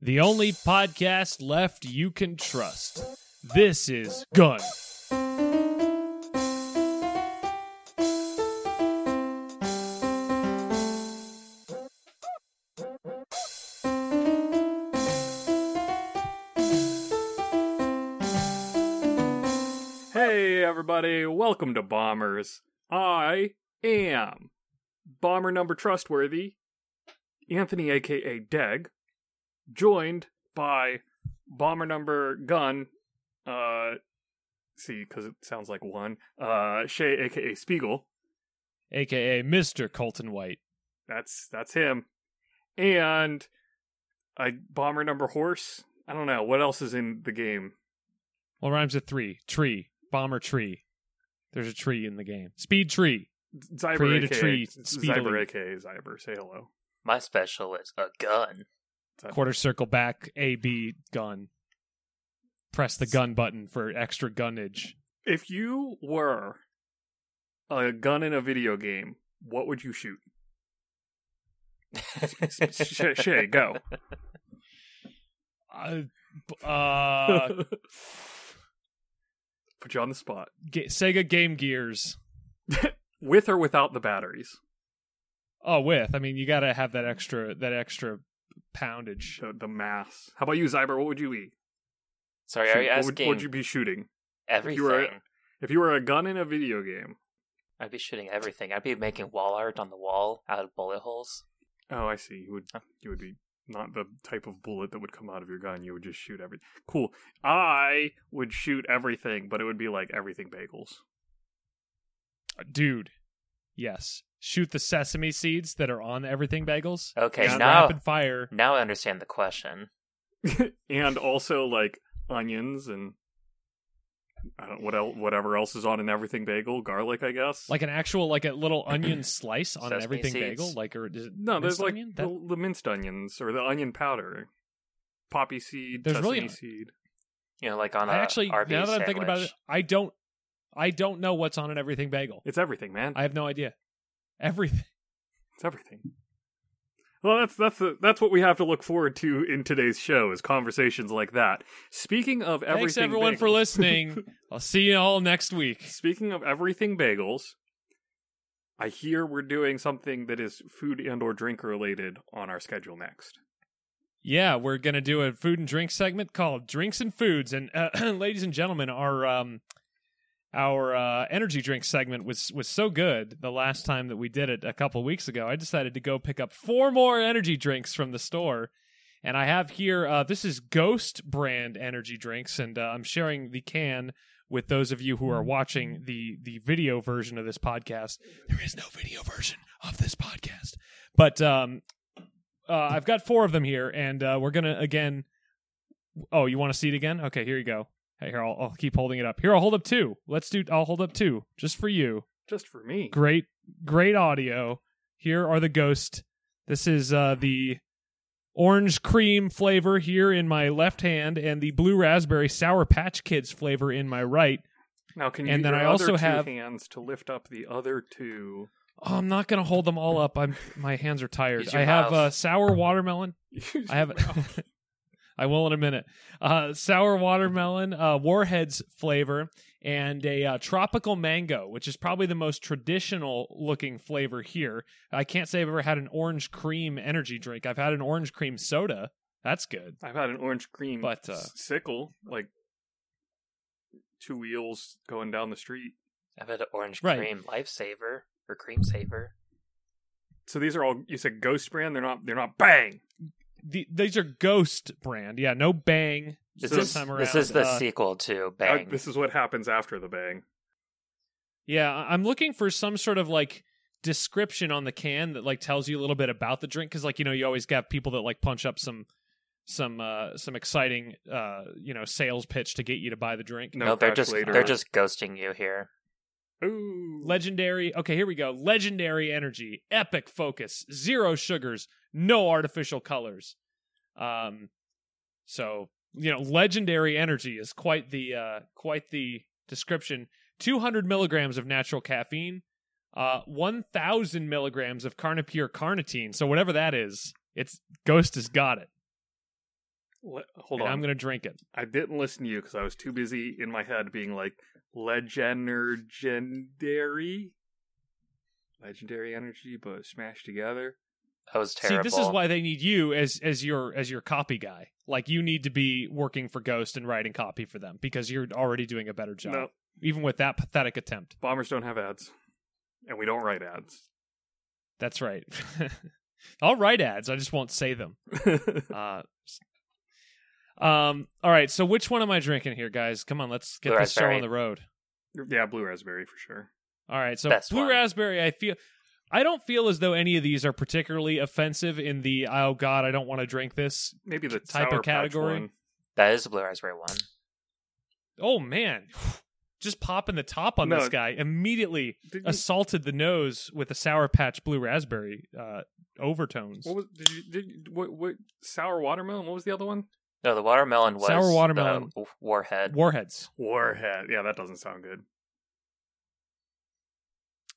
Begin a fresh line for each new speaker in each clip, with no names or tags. the only podcast left you can trust. This is Gun. Hey, everybody, welcome to Bombers. I am Bomber Number Trustworthy, Anthony, aka Deg, joined by Bomber Number Gun, uh, see, because it sounds like one, uh, Shay, aka Spiegel,
aka Mr. Colton White.
that's that's him, and I Bomber Number Horse. I don't know what else is in the game.
Well, rhymes with three. Tree. Bomber tree. There's a tree in the game. Speed tree.
Zyber,
Create a
aka,
tree
Zyber,
speedily.
aka Zyber, say hello.
My special is a gun.
That's-
Quarter circle back. A B gun. Press the gun button for extra gunnage.
If you were a gun in a video game, what would you shoot? Shay, Shay go.
Uh, b- uh
Put you on the spot.
Ga- Sega Game Gears.
With or without the batteries?
Oh, with. I mean, you got to have that extra that extra poundage.
The, the mass. How about you, Zyber? What would you eat?
Sorry, are
Shoot,
you
what would-
asking
What would you be shooting?
everything?
were- If you were a gun in a video game.
I'd be shooting everything. I'd be making wall art on the wall out of bullet holes.
Oh, I see. You would you would be not the type of bullet that would come out of your gun. You would just shoot everything. Cool. I would shoot everything, but it would be like everything bagels.
Uh, Dude. Yes. Shoot the sesame seeds that are on everything bagels.
Okay,
Just
now
rapid fire.
now I understand the question.
and also like onions and I don't what el- whatever else is on an everything bagel, garlic, I guess.
like an actual like a little onion slice on an
Sesame
everything
seeds.
bagel like or is it
no,
minced
there's like
onion? That-
the, the minced onions or the onion powder, poppy seed,
There's
sesame
really not-
seed.
You know, like on a
I actually now that
Arby's
I'm thinking about it
sandwich.
I don't I don't know what's on an everything bagel
It's everything, man.
I have no idea everything
It's everything. Well, that's that's the, that's what we have to look forward to in today's show is conversations like that. Speaking of everything,
thanks everyone for
bagels-
listening I'll see you all next week
Speaking of everything bagels, I hear we're doing something that is food and or drink related on our schedule next.
yeah we're gonna do a food and drink segment called drinks and foods and uh, ladies and gentlemen our um our uh, energy drink segment was was so good the last time that we did it a couple weeks ago. I decided to go pick up four more energy drinks from the store, and I have here uh, this is Ghost brand energy drinks, and uh, I'm sharing the can with those of you who are watching the the video version of this podcast. There is no video version of this podcast, but um, uh, I've got four of them here, and uh, we're gonna again. Oh, you want to see it again? Okay, here you go. Hey, here I'll, I'll keep holding it up. Here I'll hold up two. Let's do. I'll hold up two just for you.
Just for me.
Great, great audio. Here are the ghost. This is uh, the orange cream flavor here in my left hand, and the blue raspberry sour patch kids flavor in my right.
Now can you
And
use
then
your
I
other
also
two
have-
hands to lift up the other two.
Oh, I'm not gonna hold them all up. I'm my hands are tired.
Use your
I have
mouth.
uh, sour watermelon. I have. I will in a minute. Uh, sour watermelon, uh, warheads flavor, and a uh, tropical mango, which is probably the most traditional looking flavor here. I can't say I've ever had an orange cream energy drink. I've had an orange cream soda. That's good.
I've had an orange cream
But, uh,
s- sickle, like two wheels going down the street.
I've had an orange
Right.
cream lifesaver or cream saver.
So these are all you said ghost brand. They're not. They're not bang.
The, these are Ghost brand. Yeah, no bang.
This
So
is
time
this
around,
is the
uh,
sequel to
I-
Bang.
this is what happens after the bang.
Yeah, I- I'm looking for some sort of like description on the can that like tells you a little bit about the drink because like you know you always got people that like punch up some some uh some exciting uh you know sales pitch to get you to buy the drink.
No,
no, they're
crash
just
later.
they're just ghosting you here.
Ooh.
Legendary. Okay, here we go. Legendary energy, epic focus, zero sugars, no artificial colors. Um, so you know, legendary energy is quite the uh, quite the description. Two hundred milligrams of natural caffeine, uh, one thousand milligrams of Carnipure carnitine. So whatever that is, it's Ghost has got it.
Le- hold
and
on.
I'm gonna drink it.
I didn't listen to you because I was too busy in my head being like legendary, legendary energy, but smashed together.
That was terrible.
See, this is why they need you as as your as your copy guy. Like you need to be working for Ghost and writing copy for them because you're already doing a better job,
No,
even with that pathetic attempt.
bombers don't have ads, and we don't write ads.
That's right. I'll write ads. I just won't say them. Uh, s- um. All right. So which one am I drinking here, guys? Come on, let's get
Blue
this show
raspberry.
on the road.
yeah, blue raspberry for sure.
All right, so
Best
blue
one.
raspberry. I feel I don't feel as though any of these are particularly offensive in the oh god, I don't want to drink this.
Maybe the
Type of
Sour Patch
category?
one.
that is the blue raspberry one.
Oh man, just popping the top on
No.
this guy immediately
Did
Mm.
you,
assaulted the nose with a sour patch blue raspberry uh, overtones.
what was did you, did you- what, what sour watermelon? What was the other one?
No, the watermelon was
Sour
the
watermelon.
w- warhead.
Warheads.
Warhead. Yeah, that doesn't sound good.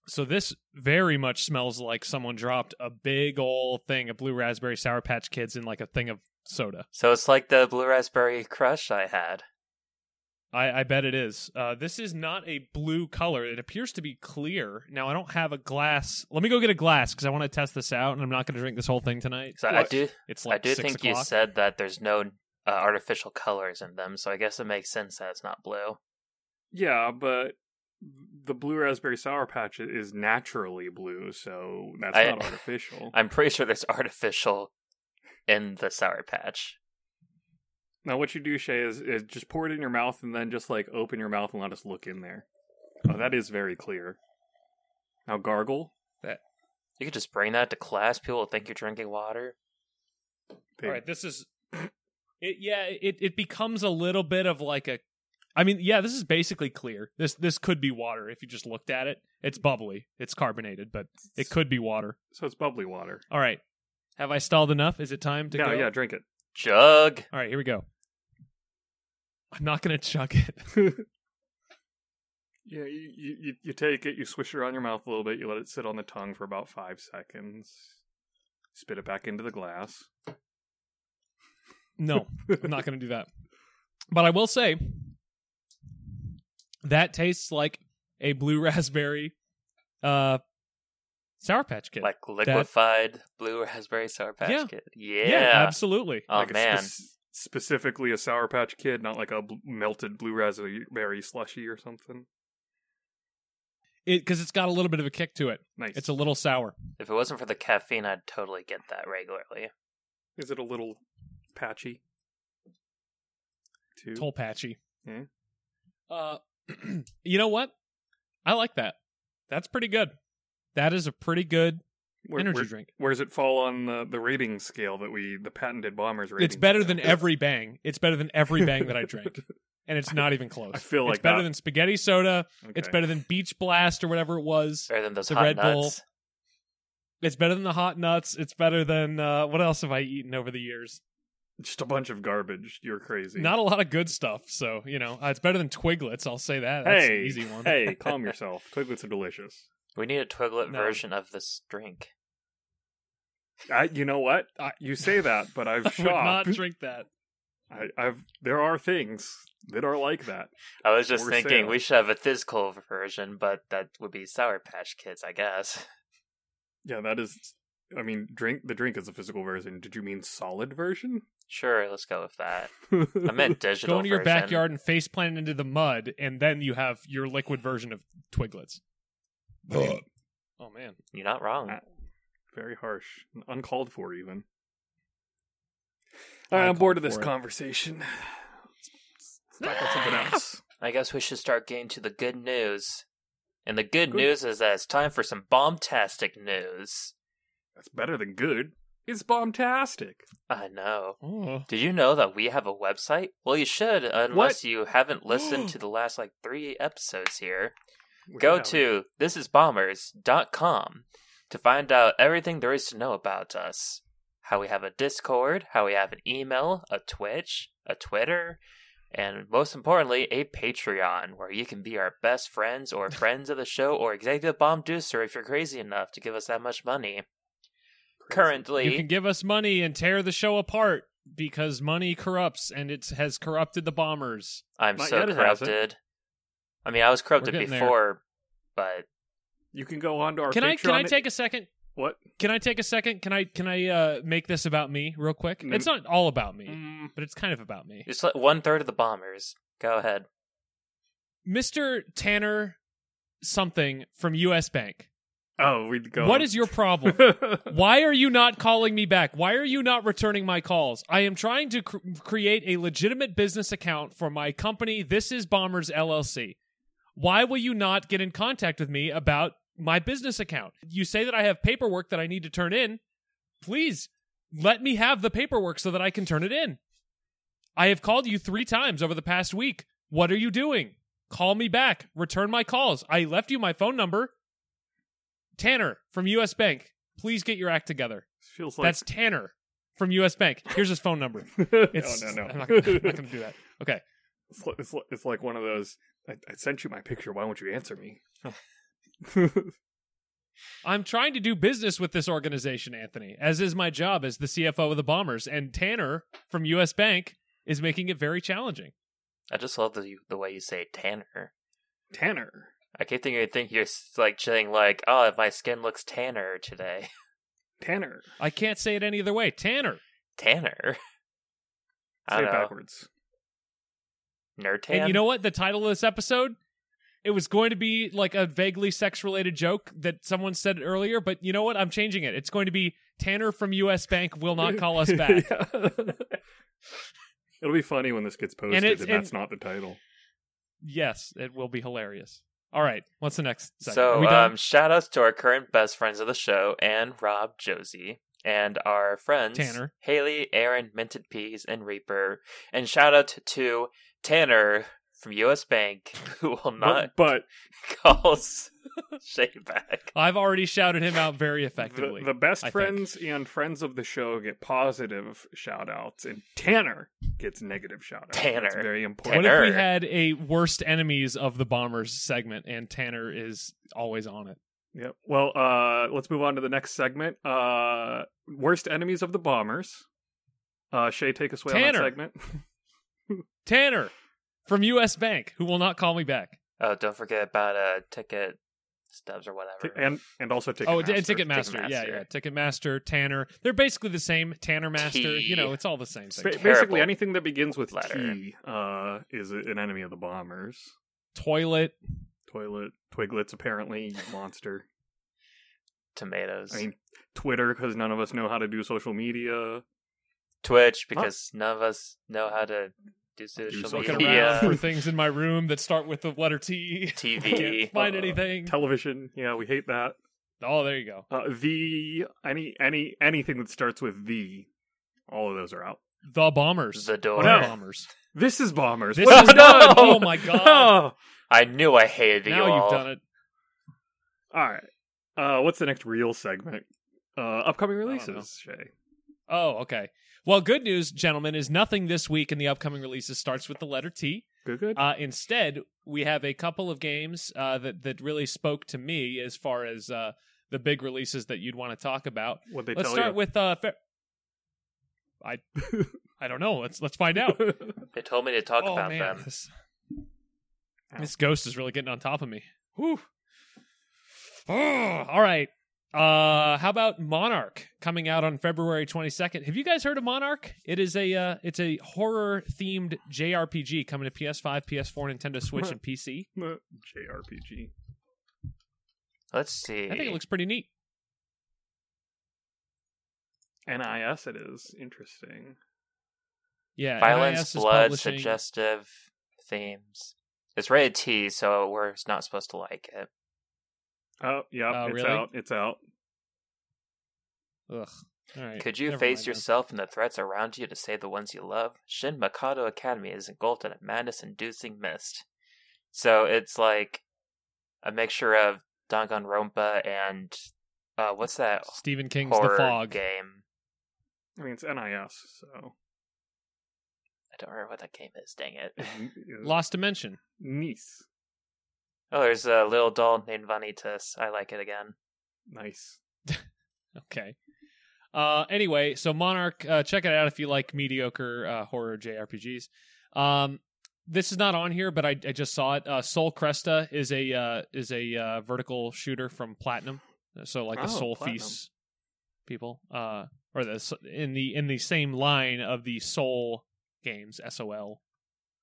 So this very much smells like someone dropped a big ol' thing of blue raspberry sour patch kids in like a thing of soda.
so it's like the blue raspberry crush I had.
I, I bet it is. Uh, this is not a blue color. It appears to be clear. Now, I don't have a glass. Let me go get a glass because I want to test this out, and I'm not going to drink this whole thing tonight.
So I
What?
do,
It's like
I do
six
think
o'clock.
you said that there's no uh, artificial colors in them, so I guess it makes sense that it's not blue.
Yeah, but the blue raspberry sour patch is naturally blue, so that's
I-
not artificial.
I'm pretty sure there's artificial in the sour patch.
Now, what you do, Shay, is, is just pour it in your mouth and then just like open your mouth and let us look in there. Oh, that is very clear. Now, gargle.
You could just bring that to class. People will think you're drinking water.
They-
All right, this is. It, yeah, it, it becomes a little bit of like a. I mean, yeah, this is basically clear. This this could be water if you just looked at it. It's bubbly. It's carbonated, but it could be water.
So it's bubbly water.
All right. Have I stalled enough? Is it time to
Yeah,
go?
yeah, drink it.
Jug.
All right, here we go. I'm not going to chug it.
Yeah, you, you, you- you take it, you swish it around your mouth a little bit, you let it sit on the tongue for about five seconds, spit it back into the glass.
No, I'm not going to do that. But I will say that tastes like a blue raspberry uh sour patch kid.
Like liquefied blue raspberry sour patch
Yeah.
kid.
yeah,
Yeah.
absolutely.
oh
like a
man.
spec- specifically a Sour Patch Kid, not like a bl- melted blue raspberry slushy or something.
It cuz it's got a little bit of a kick to it.
Nice.
It's a little sour.
if it wasn't for the caffeine, I'd totally get that regularly.
Is it a little patchy? Too.
Toll patchy.
Hmm.
Uh, you know what? I like that. That's pretty good. That is a pretty good
Where-
energy
where-
drink.
Where does it fall on the, the rating scale that we the patented bombers rating?
It's better than
scale?
every bang. It's better than every bang that I drank. And it's not even close.
I feel
it's
like
better
that-
than spaghetti soda. It's
Okay.
better than Beach Blast or whatever it was.
Better than those
The
hot
Red Bull.
nuts.
It's better than the hot nuts. It's better than uh, what else have I eaten over the years?
just a bunch of garbage. You're crazy.
Not a lot of good stuff. So you know, uh, it's better than Twiglets. I'll say that. That's
hey,
an easy one.
hey, calm yourself. Twiglets are delicious.
We need a twiglet
No.
version of this drink.
I, you know what? I, you say that, but I've
I would not
shocked.
drink that.
I, I've there are things that are like that.
I was just
Or
thinking
sale.
we should have a Thizkol version, but that would be Sour Patch Kids, I guess.
Yeah, that is. I mean, drink the drink is a physical version. Did you mean solid version?
Sure, let's go with that. I meant digital.
Go into your
version.
backyard and face plant into the mud, and then you have your liquid version of Twiglets. oh man,
You're not wrong.
Uh,
Ah. Very harsh, uncalled for, even.
I
All right, I'm bored
called
of this
for it.
conversation. Let's talk about something else.
I guess we should start getting to the good news. And the good,
Good.
news is that it's time for some bombastic news.
That's better than good. It's bombastic.
I know.
oh.
Did you know that we have a website? Well, you should, unless you haven't listened to the last like three episodes here. Go
Wow.
to thisisbombers.com to find out everything there is to know about us. How we have a Discord, how we have an email, a Twitch, a Twitter, and most importantly, a Patreon where you can be our best friends or friends of the show or executive bomb deucer if you're crazy enough to give us that much money. Currently,
you can give us money and tear the show apart because money corrupts and it has corrupted the bombers.
I'm
Not
so
yet it hasn't.
corrupted. I mean, I was corrupted
getting there.
before, but
You can go on to our
can I can
Patreon-
I take a second?
what?
Can I take a second? Can I can I uh, make this about me real quick?
Mm.
It's not all about me,
Mm,
but it's kind of about me.
just let one third of the bombers. Go ahead.
Mr. Tanner something from US Bank.
oh, we'd go.
What is your problem? Why are you not calling me back? Why are you not returning my calls? I am trying to cr- create a legitimate business account for my company. This is Bombers LLC. Why will you not get in contact with me about my business account? You say that I have paperwork that I need to turn in. Please let me have the paperwork so that I can turn it in. I have called you three times over the past week. What are you doing? Call me back. Return my calls. I left you my phone number. Tanner from US Bank, please get your act together.
feels like
That's Tanner from US Bank. Here's his phone number. It's,
no, no, no.
I'm not gonna, I'm not gonna do that. Okay.
it's, li- it's, li- it's like one of those. I, I sent you my picture. Why won't you answer me?
I'm trying to do business with this organization, Anthony, as is my job as the CFO of the Bombers. And Tanner from US Bank is making it very challenging.
I just love the the way you say tanner.
Tanner.
I keep thinking, think you're s- like saying like, oh, if my skin looks tanner today,
Tanner.
I can't say it any other way. Tanner.
tanner. I
Say it
don't know.
backwards.
Nerd tan.
And you know what? The title of this episode, it was going to be like a vaguely sex related joke that someone said earlier, but you know what? I'm changing it. It's going to be Tanner from US Bank will not call us back.
Yeah. It'll be funny when this gets posted,
And
and,
it's- and-
that's not the title.
yes, it will be hilarious. All right, what's the next? Segment? Are
So,
we done?
um, shout outs to our current best friends of the show, and Rob, Josie, and our friends
Tanner.
Haley, Aaron, Minted Peas, and Reaper. And shout out to Tanner from U.S. Bank, who will not
But, but
call S- Shay back.
I've already shouted him out very
the,
effectively.
the best
I think.
friends and friends of the show get positive shout outs, and Tanner gets negative shout outs. That's
Tanner.
very
what
important.
if we
Tanner.
had a worst enemies of the bombers segment and Tanner is always on it?
Yep. Well, uh, let's move on to the next segment. Uh, worst enemies of the bombers. Uh, Shay, take us away on
Tanner.
that segment.
Tanner from US Bank who will not call me back.
Oh, don't forget about uh, ticket stubs or whatever.
and and also Ticketmaster.
Oh, and Ticketmaster. Yeah,
Ticketmaster.
yeah. Ticketmaster, Tanner. They're basically the same. Tanner Master. You know, it's all the same
Ba-
thing.
terrible
basically, anything that begins with
letter.
T uh, is an enemy of the bombers.
Toilet.
Toilet, Twiglets, apparently, you monster.
Tomatoes.
I mean, Twitter, because none of us know how to do social media.
Twitch, because none of us know how to do social
social
Looking
media,
around for things in my room that start with the letter T.
TV.
Find
Uh,
anything.
Television, yeah, we hate that.
oh, there you go.
Uh, the any any anything that starts with the, all of those are out.
The bombers.
The door.
What are bombers.
This is bombers.
This
What-
is done. Oh my god.
I knew I hated you
now
all.
you've done it.
All right. Uh, what's the next real segment? Uh, upcoming
don't
releases. Shay.
Oh, okay. Well, good news, gentlemen, is nothing this week in the upcoming releases starts with the letter T.
Good, good.
Uh, instead, we have a couple of games uh, that that really spoke to me as far as uh, the big releases that you'd want to talk about.
what they
let's
tell
start
you.
with uh, Fer- I I don't know. Let's let's find out.
They told me to talk
oh
about
man,
them.
This, this ghost is really getting on top of me. Whew. Oh, all right. Uh, how about Monarch coming out on February 22nd? Have you guys heard of Monarch? It is a uh, it's a horror themed JRPG coming to PS5, PS4, Nintendo Switch, and PC.
Uh, JRPG.
Let's see.
I think it looks pretty neat.
NIS. It is interesting.
Yeah,
Violence,
NIS is
blood,
publishing-
suggestive themes. It's rated T, so we're not supposed to like it.
Oh, yeah.
Oh,
it's
really?
out. It's out.
Ugh. All right.
Could you
never
face
mind then.
yourself and the threats around you to save the ones you love? Shin Mikado Academy is engulfed in a madness-inducing mist. So it's like a mixture of Danganronpa and uh, what's that
Stephen King's
horror
The Fog.
game?
I mean, it's NIS. So
I don't remember what that game is. Dang it!
Lost Dimension.
Nice.
Oh, there's a little doll named Vanitas. I like it again.
Nice.
Okay. Uh, anyway, so Monarch, uh, check it out if you like mediocre uh, horror JRPGs. Um, this is not on here, but I, I just saw it. Uh, Soul Cresta is a uh, is a uh, vertical shooter from Platinum, so like the
Oh,
Soul
Platinum.
Feast people, uh, or the in the in the same line of the Soul games, SOL,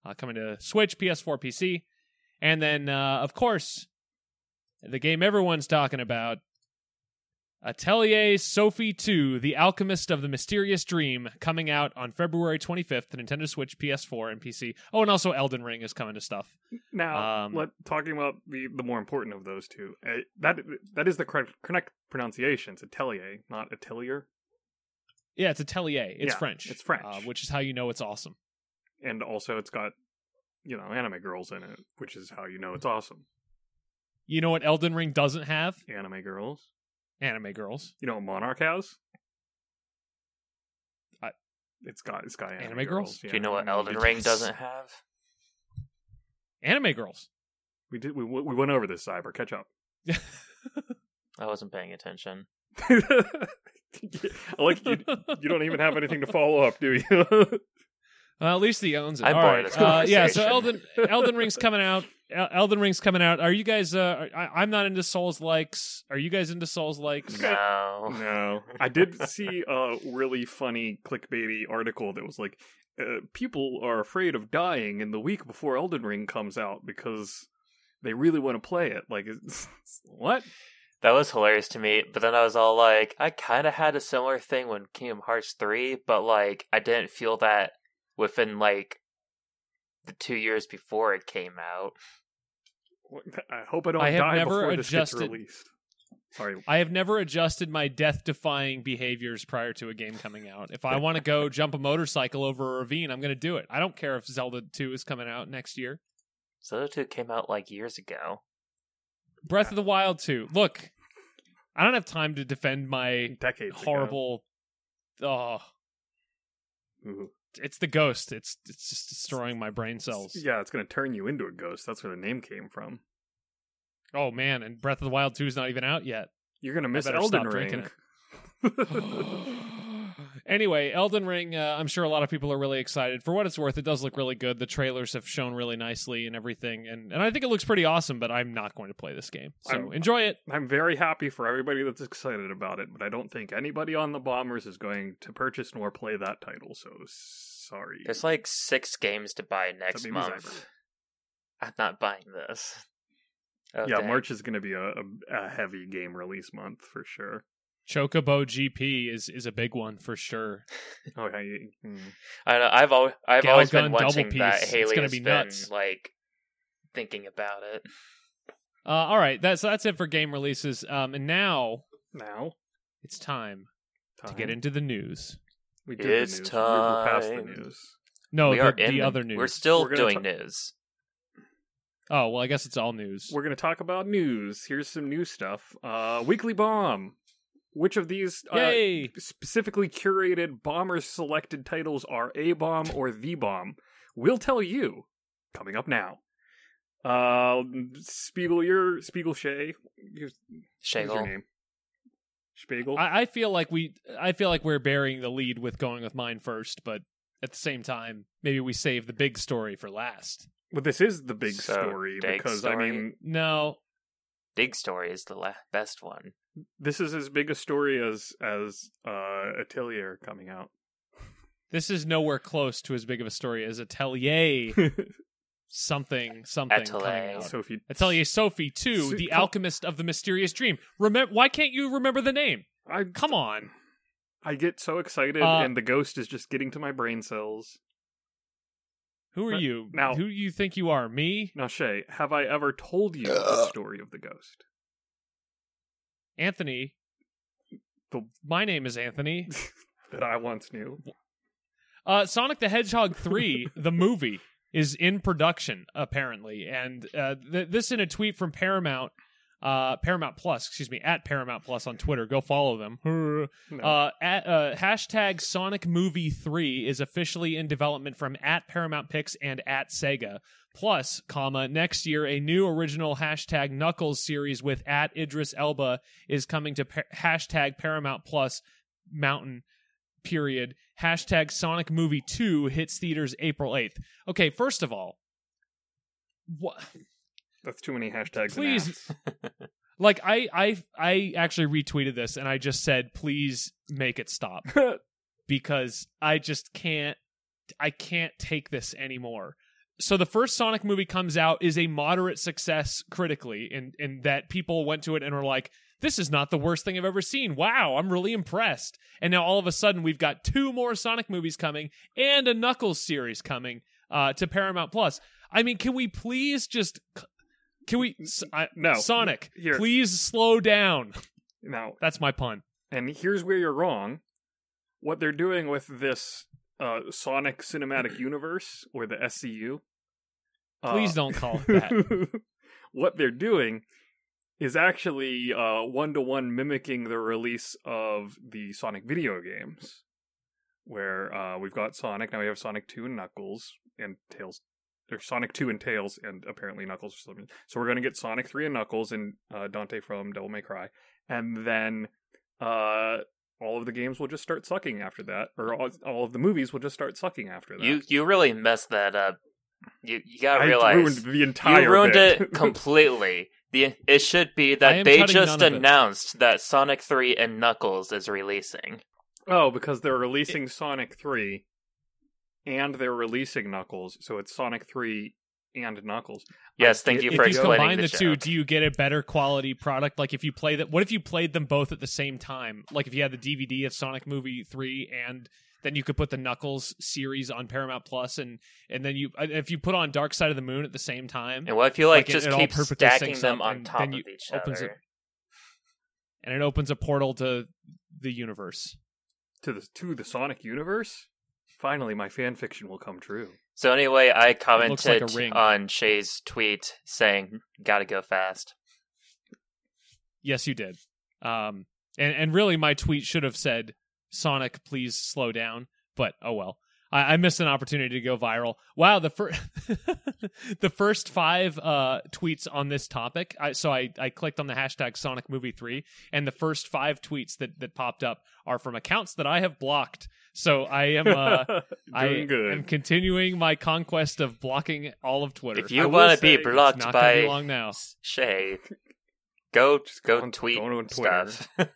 uh, coming to Switch, PS4, PC, and then uh, of course the game everyone's talking about. Atelier Sophie 2, The Alchemist of the Mysterious Dream, coming out on February 25th, Nintendo Switch, PS4, and PC. Oh, and also Elden Ring is coming to stuff.
Now,
Um,
let, talking about the, the more important of those two, uh, that that is the correct, correct pronunciation. It's atelier, not atelier,
Yeah, it's Atelier. It's
Yeah,
French.
it's French.
Uh, which is how you know it's awesome.
and also it's got you know anime girls in it, which is how you know it's awesome.
You know what Elden Ring doesn't have?
Anime girls.
Anime girls.
You know what Monarch has?
I-
it's got it's got anime,
Anime girls?
girls.
Do you know what
I mean,
Elden
it's-
Ring doesn't have?
Anime girls.
We did we we went over this cyber catch up.
I wasn't paying attention.
I like you. You don't even have anything to follow up, do you?
Uh, at least he owns it.
I'm
All
bored
right.
of this
uh, yeah. So Elden
conversation.
Elden Ring's coming out. El- Elden Ring's coming out. Are you guys? Uh, I- I'm not into Souls likes. Are you guys into Souls likes?
No.
no, I did see a really funny clickbaity article that was like, uh, "People are afraid of dying in the week before Elden Ring comes out because they really want to play it." Like, it's, what?
That was hilarious to me, but then I was all like, I kind of had a similar thing when Kingdom Hearts 3, but like, I didn't feel that within like the two years before it came out.
I hope I don't
I have
die
never
before this gets
adjusted-
released. Sorry,
I have never adjusted my death defying behaviors prior to a game coming out. If I want to go jump a motorcycle over a ravine, I'm going to do it. I don't care if Zelda 2 is coming out next year.
Zelda 2 came out like years ago.
Breath of the Wild 2. Look, I don't have time to defend my
decades. ago.
horrible. Oh,
Ooh.
it's the ghost. It's it's just destroying my brain cells.
Yeah, it's gonna turn you into a ghost. That's where the name came from.
Oh man, and Breath of the Wild 2 is not even out yet.
You're gonna miss
better
Elden
stop drinking
Ring.
anyway, Elden Ring, uh, I'm sure a lot of people are really excited. For what it's worth, it does look really good. The trailers have shown really nicely and everything, and, and I think it looks pretty awesome, but I'm not going to play this game. So
I'm-
enjoy it.
I'm very happy for everybody that's excited about it, but I don't think anybody on the Bombers is going to purchase nor play that title. So sorry.
There's like six games to buy next
maybe
month.
Cyber.
I'm not buying this. Oh,
yeah,
dang.
March is going to be a, a, a heavy game release month for sure.
Chocobo GP is is a big one for sure.
Oh yeah, you- mm.
I know. I've always I've
Gal
always been
Gun double
wanting that.
piece. It's
Haley
gonna
has
be
been
nuts.
like thinking about it.
Uh, all right, that's that's it for game releases. Um, and now
now
it's time,
time.
to get into the news.
We did the
It's
news. We're- We're past the
time.
news.
No,
we
Oh, the,
are
the
in
other news.
We're still
We're gonna
doing
talk-
news.
oh well, I guess it's all news.
We're going to talk about news. Here's some new stuff. Uh, Weekly Bomb. Which of these uh,
Yay!
specifically curated bomber selected titles are A Bomb or The Bomb. We'll tell you coming up now. Uh, Spiegel, your Spiegel Shay, who's who's your
Shagel.
name? Spiegel.
I, I feel like we I feel like we're burying the lead with going with mine first, but at the same time, maybe we save the big story for last.
well, this is the big
So,
story
big
because I
story.
mean,
No.
Big story is the la- best one.
this is as big a story as as uh, Atelier coming out.
This is nowhere close to as big of a story as Atelier something something coming
Atelier.
out.
so if you,
Atelier Sophie 2,
So-
The Alchemist of the Mysterious Dream. Remember why can't you remember the name?
I
Come on.
I get so excited,
Uh,
and the ghost is just getting to my brain cells.
Who are
But
you?
now-
Who do you think you are? Me?
Now, Shay, have I ever told you the story of the ghost?
Anthony?
The-
My name is Anthony.
that I once knew.
Uh, Sonic the Hedgehog 3, the movie, is in production, apparently. And uh, th- this in a tweet from Paramount, uh, Paramount Plus, excuse me, at Paramount Plus on Twitter. Go follow them.
No.
Uh, at, uh, hashtag Sonic Movie 3 is officially in development from at Paramount Picks and at Sega. Plus, comma, next year, a new original hashtag Knuckles series with at Idris Elba is coming to par- hashtag Paramount Plus mountain period. Hashtag Sonic Movie 2 hits theaters April 8th. Okay, first of all, what
That's too many hashtags. and
Please.
apps.
like I I I actually retweeted this and I just said please make it stop because I just can't I can't take this anymore. So the first Sonic movie comes out is a moderate success critically in in that people went to it and were like this is not the worst thing I've ever seen. Wow, I'm really impressed. And now all of a sudden we've got two more Sonic movies coming and a Knuckles series coming uh to Paramount Plus. I mean, can we please just can we s- I-
no.
Sonic,
Here.
please slow down.
Now,
That's my pun.
and here's where you're wrong. What they're doing with this uh, Sonic Cinematic Universe, or the SCU. uh,
Oh.
Please don't call it that.
what they're doing is actually one to one mimicking the release of the Sonic video games, where uh, we've got Sonic. Now we have Sonic Two and Knuckles and Tails. There's Sonic Two and Tails, and apparently Knuckles or something. So we're gonna get Sonic Three and Knuckles and uh, Dante from Devil May Cry, and then uh, all of the games will just start sucking after that, or all, all of the movies will just start sucking after that.
You you really messed that up. You you gotta
I
realize
ruined the entire.
you ruined
bit.
it completely. The it should be
I am
that they
cutting
just
none of it.
announced that Sonic Three and Knuckles is releasing.
Oh, because they're releasing Sonic 3 and they're releasing Knuckles, so it's Sonic 3 and Knuckles.
Yes,
I-
thank you
if
for
if you
go-
explaining
combine the,
the
two,
joke.
do you get a better quality product? Like if you play that, what if you played them both at the same time? Like if you had the DVD of Sonic Movie Three, and then you could put the Knuckles series on Paramount Plus, and and then you and if you put on Dark Side of the Moon at the same time,
And what if you like,
Like, it-
just
it all
keep
perfectly
stacking
syncs
them
up
on
and
top
then
of
you-
each
opens
other?
and it opens a portal to the universe.
To the to the Sonic universe? Finally, my fan fiction will come true.
So anyway, I
looks like a
commented
ring.
on Shay's tweet saying, "Gotta go fast."
Yes, you did. Um, and and really, my tweet should have said, "Sonic, please slow down." But oh well, I, I missed an opportunity to go viral. Wow, the first the first five uh, tweets on this topic. I, so I I clicked on the hashtag Sonic Movie Three, and the first five tweets that that popped up are from accounts that I have blocked. So I am. Uh,
Doing
I
good.
am continuing my conquest of blocking all of Twitter.
If you
will
want to
say
be
it's
It's
blocked
not gonna
by
be long now.
Shay, go
Just
go
go on-
tweet
go on Twitter.
stuff.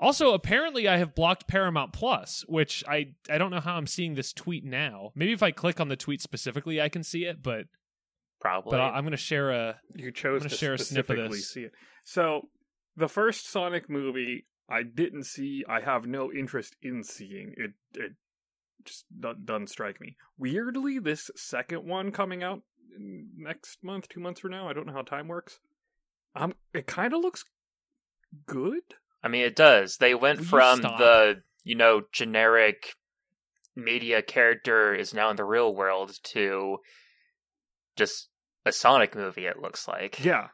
Also, apparently, I have blocked Paramount Plus, which I I don't know how I'm seeing this tweet now. Maybe if I click on the tweet specifically, I can see it. But
Probably.
but I- I'm gonna share a
you chose
I'm
to
gonna share a snip of
specifically
this.
see it. So, the first Sonic movie I didn't see. I have no interest in seeing it. It just do- doesn't strike me. Weirdly, this second one coming out next month, two months from now. I don't know how time works. Um, it kind of looks good.
I mean, it does. They went
Will you
from
stop?
the you know generic media character is now in the real world to just a Sonic movie. It looks like
Yeah,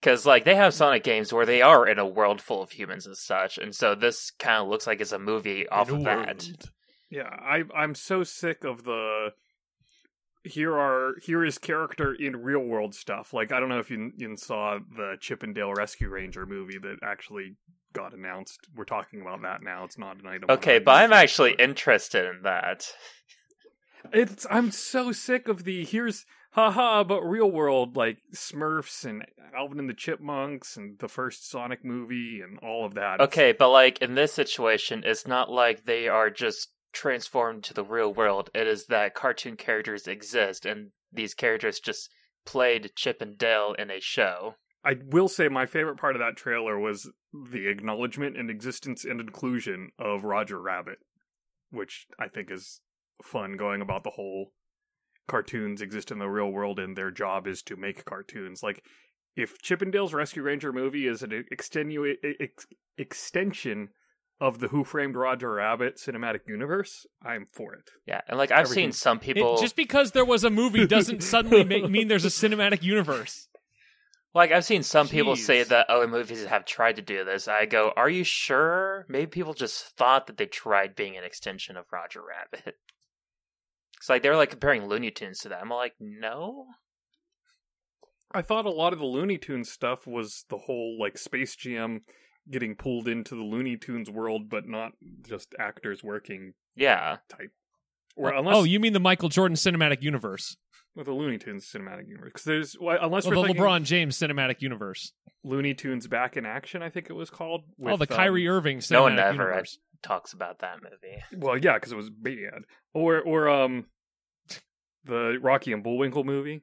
because like they have Sonic games where they are in a world full of humans and such, and so this kind of looks like it's a movie off
In
of
a
that.
world.
yeah. I I'm so sick of the here are here is character in real world stuff. Like I don't know if you, you saw the Chippendale Rescue Ranger movie that actually got announced. We're talking about that now. It's not an item. on
Okay,
our
but I'm
newsfeed,
actually
but-
interested in that.
It's I'm so sick of the here's haha but real world like Smurfs and Alvin and the Chipmunks and the first Sonic movie and all of that. It's-
Okay, but like in this situation, it's not like they are just transformed to the real world. It is that cartoon characters exist, and these characters just played Chip and Dale in a show.
I will say my favorite part of that trailer was the acknowledgement and existence and inclusion of Roger Rabbit, which I think is fun going about the whole cartoons exist in the real world and their job is to make cartoons. Like if Chippendale's Rescue Ranger movie is an extenua- ex- extension of the Who Framed Roger Rabbit cinematic universe, I'm for it.
Yeah, and like I've
Everything-
seen some
It-
people,
just because there was a movie doesn't suddenly make, mean there's a cinematic universe.
like I've seen some people say
Jeez.
that other movies have tried to do this. I go, are you sure? Maybe people just thought that they tried being an extension of Roger Rabbit. It's like they're like comparing Looney Tunes to that. I'm like, no.
I thought a lot of the Looney Tunes stuff was the whole like Space Jam getting pulled into the Looney Tunes world, but not just actors working.
Yeah.
Or unless
oh, you mean the Michael Jordan cinematic universe?
with the Looney Tunes cinematic universe, because there's well, unless
Well,
we're
Oh, the
thinking
LeBron James cinematic universe.
Looney Tunes back in action. I think it was called.
oh,
with,
the
um,
Kyrie Irving cinematic
no one ever-
universe.
Talks about that movie.
Well, yeah, because it was bad. Or or um, the Rocky and Bullwinkle movie.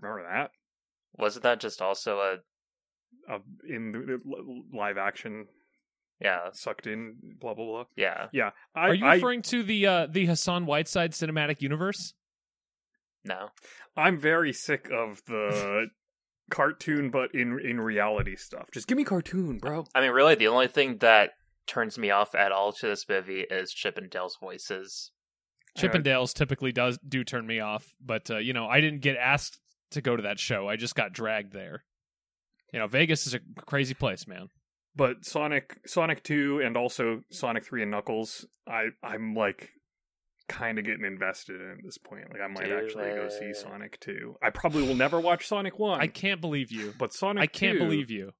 Remember that
Wasn't that just also a
uh, in the, the li- live action
yeah
sucked in blah blah blah.
yeah
I,
Are you
I,
referring to the uh, the Hassan Whiteside cinematic universe?
no
I'm very sick of the cartoon, but in in reality stuff. Just give me cartoon, bro.
I mean really the only thing that turns me off at all to this movie is Chip and Dale's voices.
Chippendales typically does do turn me off, but uh, you know I didn't get asked to go to that show. I just got dragged there. You know, Vegas is a crazy place, man.
But Sonic, Sonic Two, and also Sonic Three and Knuckles. I I'm like kind of getting invested in at this point. Like I might
Do
actually go see
it.
Sonic Two. I probably will never watch Sonic One.
I can't believe you.
but Sonic
I can't
2
believe you.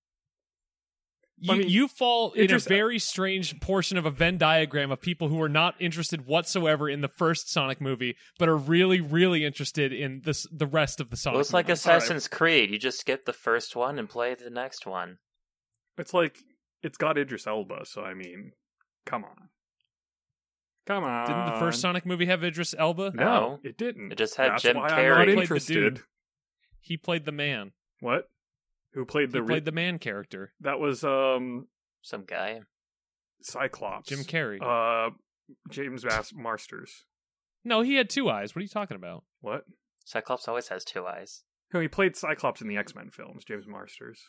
You,
I mean,
you fall in a
interest-
very strange portion of a Venn diagram of people who are not interested whatsoever in the first Sonic movie, but are really, really interested in this the rest of the
Oh,
Sonic.
Well, it's like
movies.
Assassin's Creed. You just skip the first one and play the next one.
It's like it's got Idris Elba, so I mean, come on, come on.
Didn't the first Sonic movie have Idris Elba?
No,
No.
it didn't.
It just had
That's
Jim
why I'm not
Carrey. Played the
dude.
interested.
He played the man.
What? Who played
He
the?
played the man character,
That was um
Some guy.
Cyclops.
Jim Carrey.
Uh, James Mas- Marsters.
no, he had two eyes. What are you talking about?
What?
Cyclops always has two eyes.
No, he played Cyclops in the X Men films. James Marsters.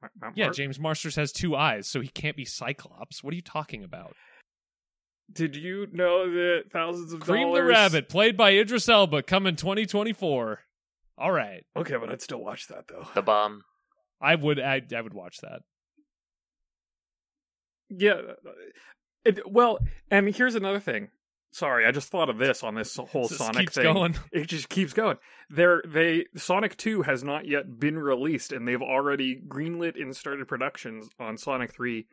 Mar- Mar-
Yeah,
Mar-
James Marsters has two eyes, so he can't be Cyclops. What are you talking about?
Did you know that thousands of
Cream the
dollars-
Rabbit, played by Idris Elba, coming 2024. All right.
Okay, but I'd still watch that though.
The bomb.
I would I, I would watch that.
Yeah. uh, It, well, and here's another thing. Sorry, I just thought of this on this whole
This
Sonic
keeps
thing.
going.
It just keeps going. There, they Sonic Two has not yet been released, and they've already greenlit and started productions on Sonic Three,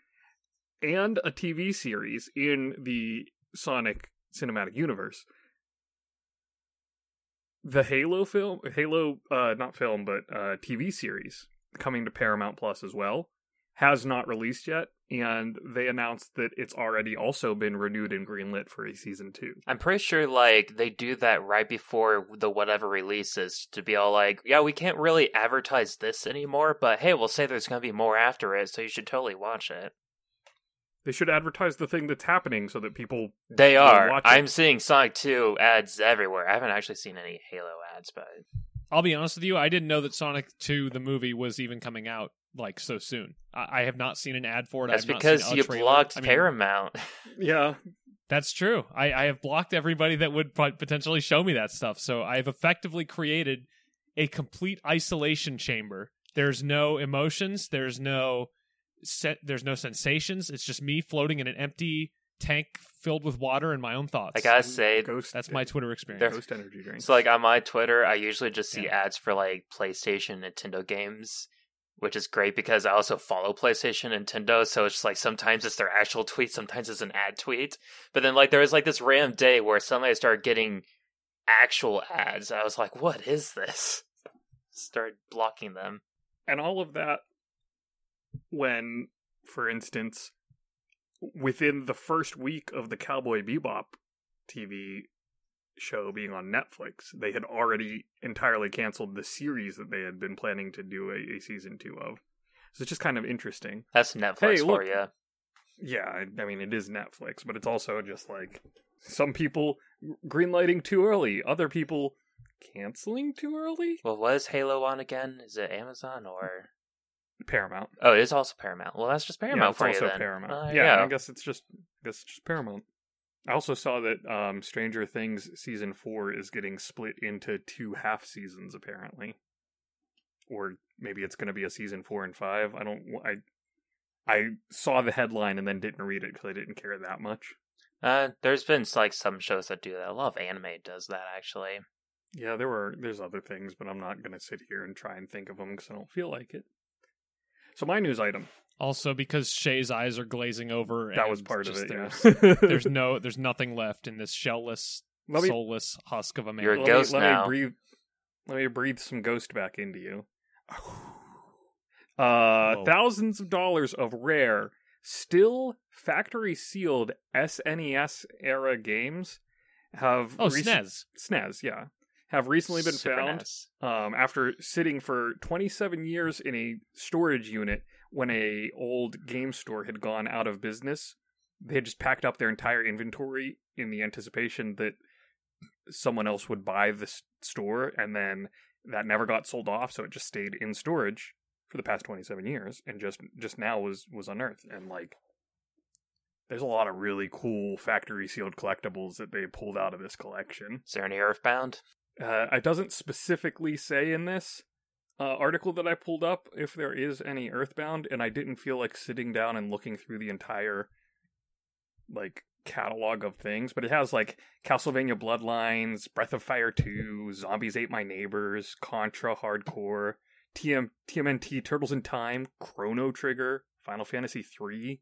and a TV series in the Sonic cinematic universe. The Halo film, Halo, uh, not film, but uh, TV series coming to Paramount Plus as well, has not released yet, and they announced that it's already also been renewed and greenlit for a season two.
I'm pretty sure like they do that right before the whatever releases to be all like, yeah, we can't really advertise this anymore, but hey, we'll say there's gonna be more after it, so you should totally watch it.
They should advertise the thing that's happening so that people.
They
Well,
are.
watch it.
I'm seeing Sonic 2 ads everywhere. I haven't actually seen any Halo ads, but
I'll be honest with you, I didn't know that Sonic 2 the movie was even coming out like so soon. I, I have not seen an ad for it. I
that's
have not
because
seen a
you
trailer.
blocked
I mean,
Paramount.
Yeah,
That's true. I, I have blocked everybody that would pot- potentially show me that stuff. So I've effectively created a complete isolation chamber. There's no emotions. There's no set. There's no sensations. It's just me floating in an empty tank filled with water and my own thoughts.
I gotta say,
ghost.
That's my Twitter experience.
There-
ghost energy drink.
So like on my Twitter, I usually just see
Yeah.
ads for like PlayStation, Nintendo games, which is great because I also follow PlayStation, Nintendo. So it's just like sometimes it's their actual tweet, sometimes it's an ad tweet. But then like there was like this random day where suddenly I started getting actual ads. I was like, what is this? Started blocking them.
and all of that when for instance within the first week of the cowboy bebop tv show being on netflix they had already entirely canceled the series that they had been planning to do a, a season two of so it's just kind of interesting
That's Netflix
Hey,
for
look.
you.
yeah i, I mean it is netflix but it's also just like some people greenlighting too early other people canceling too early
Well, what is Halo on again? Is it Amazon or?
paramount
Oh, it is also Paramount. Well, that's just Paramount
yeah, it's
for
also
you then.
Paramount.
Uh,
yeah, I guess it's just I guess it's just Paramount. I also saw that um, Stranger Things season four is getting split into two half seasons, apparently, or maybe it's going to be a season four and five. I don't. I I saw the headline and then didn't read it because I didn't care that much.
Uh, there's been like some shows that do that. A lot of anime does that actually.
Yeah, there were there's other things, but I'm not going to sit here and try and think of them because I don't feel like it. So my news item
Also, because Shay's eyes are glazing over.
that
and
was part of
just
it.
There's,
yeah.
there's no, there's nothing left in this shellless,
let me
soulless husk of a man.
You're a
let,
ghost
me, let
now.
me breathe. Let me breathe some ghost back into you. Uh,
Whoa.
thousands of dollars of rare, still factory sealed SNES era games have
oh,
recent-
Snez.
SNES, yeah, have recently been
Super E
found
NES.
um, after sitting for 27 years in a storage unit when a old game store had gone out of business. They had just packed up their entire inventory in the anticipation that someone else would buy the s- store, and then that never got sold off, so it just stayed in storage for the past 27 years, and just just now was was unearthed. And like, there's a lot of really cool factory sealed collectibles that they pulled out of this collection.
Is there any Earthbound?
Uh, it doesn't specifically say in this uh, article that I pulled up if there is any Earthbound, and I didn't feel like sitting down and looking through the entire like catalog of things. But it has like Castlevania Bloodlines, Breath of Fire Two, Zombies Ate My Neighbors, Contra Hardcore, TM- TMNT, Turtles in Time, Chrono Trigger, Final Fantasy Three.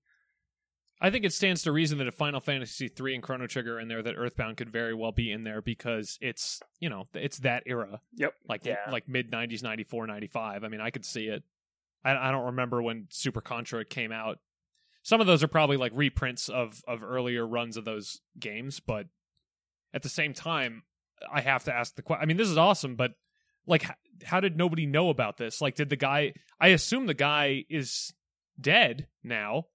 I think it stands to reason that if Final Fantasy three and Chrono Trigger are in there, that Earthbound could very well be in there because it's you know it's that era,
Yep,
like
Yeah.
like mid nineties, 94, 95. I mean, I could see it. I, I don't remember when Super Contra came out. Some of those are probably like reprints of of earlier runs of those games, but at the same time, I have to ask the question. I mean, this is awesome, but like, how, how did nobody know about this? Like, did the guy? I assume the guy is dead now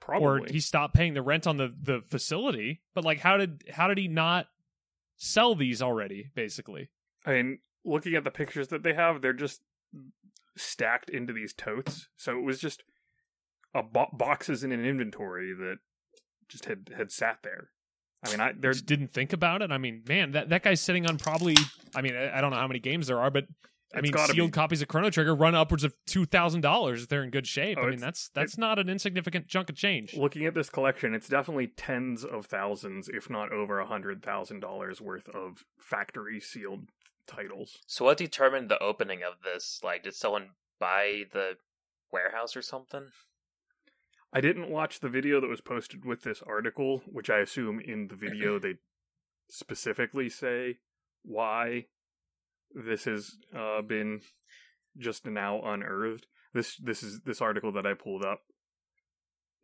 probably.
or he stopped paying the rent on the the facility. But like, how did how did he not sell these already? Basically,
I mean, looking at the pictures that they have, they're just stacked into these totes. So it was just a bo- boxes in an inventory that just had had sat there. I mean, I
they
there
just didn't think about it. I mean, man, that that guy's sitting on probably. I mean, I, I don't know how many games there are, but. I
It's
mean,
gotta
sealed
be.
copies of Chrono Trigger run upwards of two thousand dollars if they're in good shape. I
Oh,
mean,
it's-
that's that's not an insignificant chunk of change.
looking at this collection, it's definitely tens of thousands, if not over a hundred thousand dollars worth of factory sealed titles.
So what determined the opening of this? Like, did someone buy the warehouse or something?
I didn't watch the video that was posted with this article, which I assume in the video they specifically say why this has uh, been just now unearthed. This this is this article that I pulled up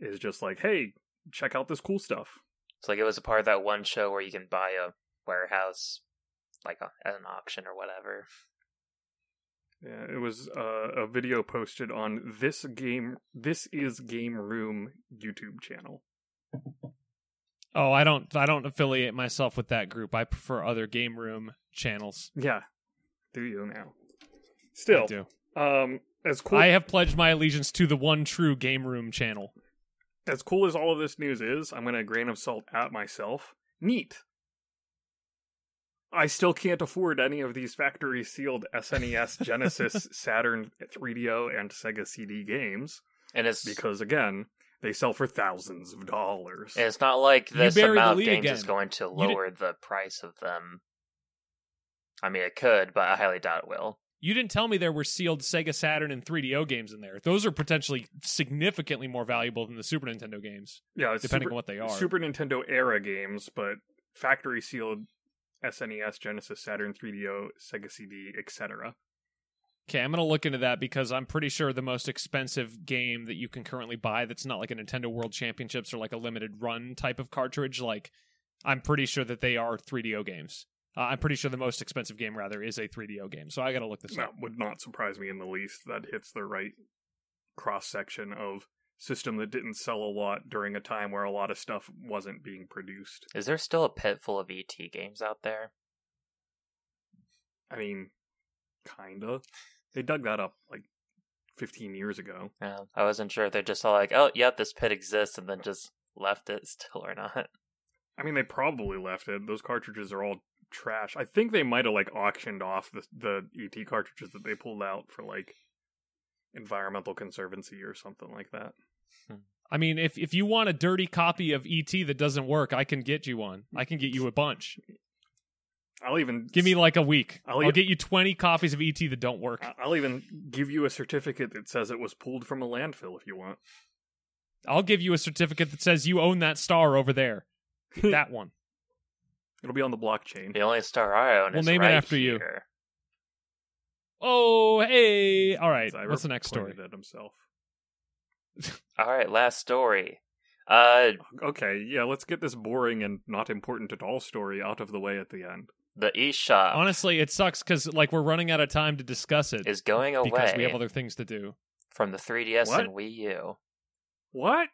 is just like, hey, check out this cool stuff.
So like, it was a part of that one show where you can buy a warehouse, like a, at an auction or whatever.
Yeah, it was uh, a video posted on this game. This is Game Room YouTube channel.
Oh, I don't I don't affiliate myself with that group. I prefer other game room channels.
Yeah, do you now?
I
Still,
do.
um, as cool.
I have pledged my allegiance to the one true game room channel.
as cool as all of this news is, I'm going to grain of salt at myself. Neat. I still can't afford any of these factory sealed SNES, Genesis, Saturn 3DO, and Sega CD games
And it's
because, again, they sell for thousands of dollars.
and it's not like
You
this
bury the
amount of
lead
games is
again.
going to
di-
lower the price of them. I mean, it could, but I highly doubt it will.
You didn't tell me there were sealed Sega Saturn and 3DO games in there. Those are potentially significantly more valuable than the Super Nintendo games,
yeah, it's
depending
super,
on what they are.
Super Nintendo era games, but factory sealed SNES, Genesis, Saturn 3DO, Sega CD, etc.
okay, I'm gonna look into that because I'm pretty sure the most expensive game that you can currently buy that's not like a Nintendo World Championships or like a limited run type of cartridge, like I'm pretty sure that they are 3DO games. Uh, I'm pretty sure the most expensive game rather is a 3DO game. So I gotta look this up.
That would not surprise me in the least. That hits the right cross section of system that didn't sell a lot during a time where a lot of stuff wasn't being produced.
Is there still a pit full of ET games out there?
I mean, kinda. They dug that up like 15 years ago.
Yeah, I wasn't sure if they're just all like, "Oh, yep, this pit exists," and then just left it still or not.
I mean, they probably left it. Those cartridges are all trash. I think they might have like auctioned off the the ET cartridges that they pulled out for like environmental conservancy or something like that.
I mean, if if you want a E dirty copy of ET that doesn't work, I can get you one. I can get you a bunch.
I'll even
Give me like a week.
I'll
I'll,
eat- Uh.
get you 20 copies of ET that don't work.
I- I'll even give you a certificate that says it was pulled from a landfill if you want.
I'll give you a certificate that says you own that star over there. that one.
It'll be on the blockchain.
The only star I own
We'll
is
name it
right
after you.
here.
Oh, hey. All right.
Cyber
What's the next
pointed
story?
At himself.
All right, last story. Uh,
Okay, yeah, let's get this boring and not important at all story out of the way at the end.
the eShop
Honestly, it sucks cuz like we're running out of time to discuss it
is going away
because we have other things to do.
from the 3DS and
What?
Wii U.
What?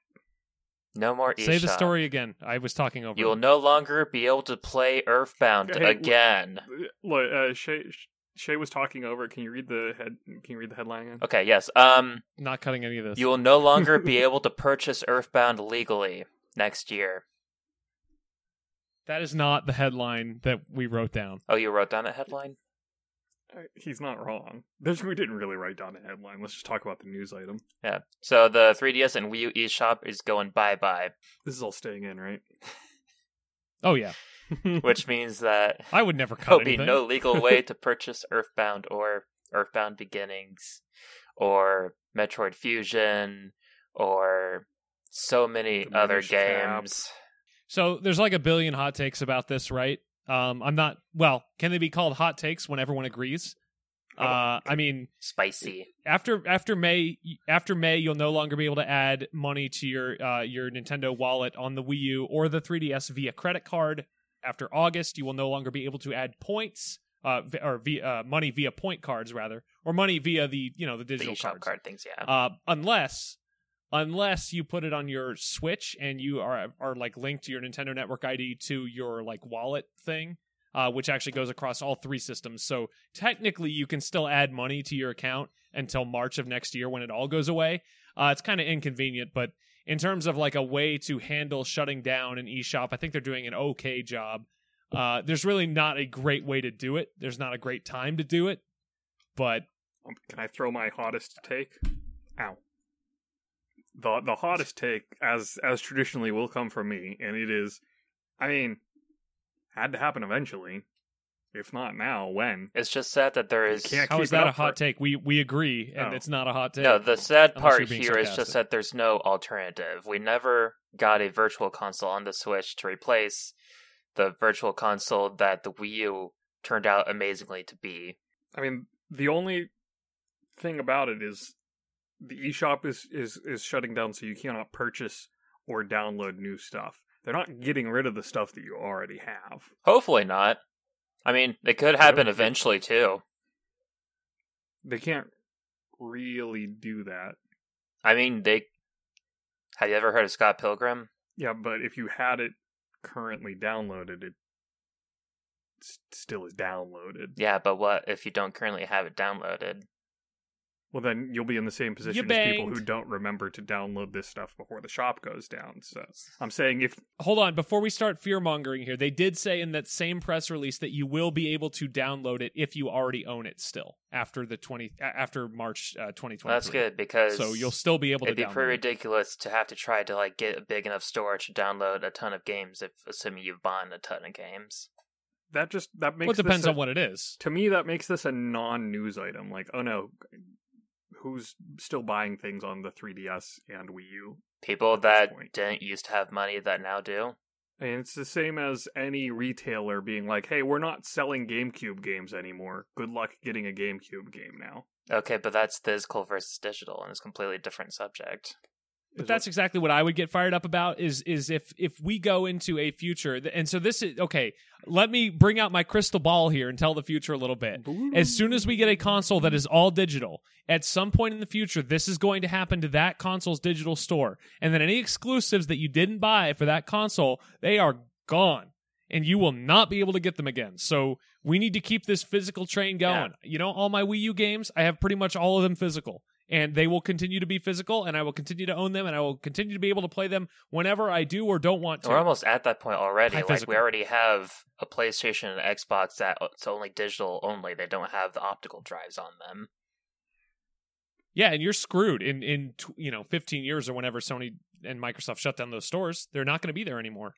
No more eShop.
Say the story again. I was talking over.
You will
it.
no longer be able to play Earthbound
Hey,
again.
Look, uh, Shay, Shay was talking over. it. Can you read the head? Can you read the headline? Again?
Okay, yes. Um,
Not cutting any of this.
you will no longer be able to purchase Earthbound legally next year.
That is not the headline that we wrote down.
Oh, you wrote down that headline?
Uh, He's not wrong. There's, we didn't really write down a headline. Let's just talk about the news item.
Yeah. So the 3DS and Wii U eShop is going bye bye,
This is all staying in, right?
Oh yeah.
which means that
I would never cut
there'll be
anything.
no legal way to purchase Earthbound or Earthbound Beginnings or Metroid Fusion or so many
The
other
Minish Cap.
games.
So there's like a billion hot takes about this, right? Um, I'm not. Well, can they be called hot takes when everyone agrees? Uh, I mean,
Spicy.
after after May after May, you'll no longer be able to add money to your uh, your Nintendo wallet on the Wii U or the 3DS via credit card. After August, you will no longer be able to add points uh, vi- or via, uh, money via point cards rather, or money via the you know the
The
digital
eShop
cards.
card things, yeah.
uh, unless unless you put it on your Switch and you are are like linked to your Nintendo Network ID to your like wallet thing, uh, which actually goes across all three systems. So technically, you can still add money to your account until March of next year when it all goes away. Uh, it's kind of inconvenient, but in terms of like a way to handle shutting down an eShop, I think they're doing an okay job. Uh, there's really not a great way to do it. There's not a great time to do it, but
Um, Can I throw my hottest take? Ow. The the hottest take, as as traditionally, will come from me, and it is, I mean, had to happen eventually. If not now, when?
It's just sad that there
You
is
can't
How
keep
is
it
that
up
a hot
for-
take? We we agree, and
Oh.
it's not a hot take.
No, the sad
Unless
part
you're being
here is just
sarcastic.
that there's no alternative. We never got a virtual console on the Switch to replace the virtual console that the Wii U turned out amazingly to be.
I mean, the only thing about it is the eShop is is is shutting down, so you cannot purchase or download new stuff. They're not getting rid of the stuff that you already have.
Hopefully not. I mean, it could happen eventually too.
They can't really do that.
I mean, they. Have you ever heard of Scott Pilgrim?
Yeah, but if you had it currently downloaded, it s- still is downloaded.
Yeah, but what if you don't currently have it downloaded?
Well, then you'll be in the same position as people who
banged.
don't remember to download this stuff before the shop goes down. So I'm saying if
Hold on, before we start fear mongering here, they did say in that same press release that you will be able to download it if you already own it still after the twenty a- after March uh, twenty twenty.
Well, that's good because
So you'll still be able
it'd
to
be
download.
pretty
it.
ridiculous to have to try to like get a big enough storage to download a ton of games if assuming you've bought a ton of games
that just that makes
Well, it depends
this a-
on what it is.
to me that makes this a non-news item. Like, oh no, who's still buying things on the 3DS and Wii U?
people
At this
that
point.
didn't used to have money that now do
And it's the same as any retailer being like, "Hey, we're not selling GameCube games anymore. Good luck getting a GameCube game now."
okay but that's physical versus digital and it's a completely different subject
is
But that's exactly what I would get fired up about is is if if we go into a future th- and so this is okay, let me bring out my crystal ball here and tell the future a little bit. As soon as we get a console that is all digital, at some point in the future this is going to happen to that console's digital store. And then any exclusives that you didn't buy for that console, they are gone and you will not be able to get them again. So we need to keep this physical train going. You know, all my Wii U games, I have pretty much all of them physical, and they will continue to be physical, and I will continue to own them, and I will continue to be able to play them whenever I do or don't want to.
we're almost at that point already
High
like
physical.
we already have a playstation and an xbox that uh, it's only digital only they don't have the optical drives on them
yeah, and you're screwed in in tw- you know 15 years or whenever Sony and Microsoft shut down those stores. They're not going to be there anymore.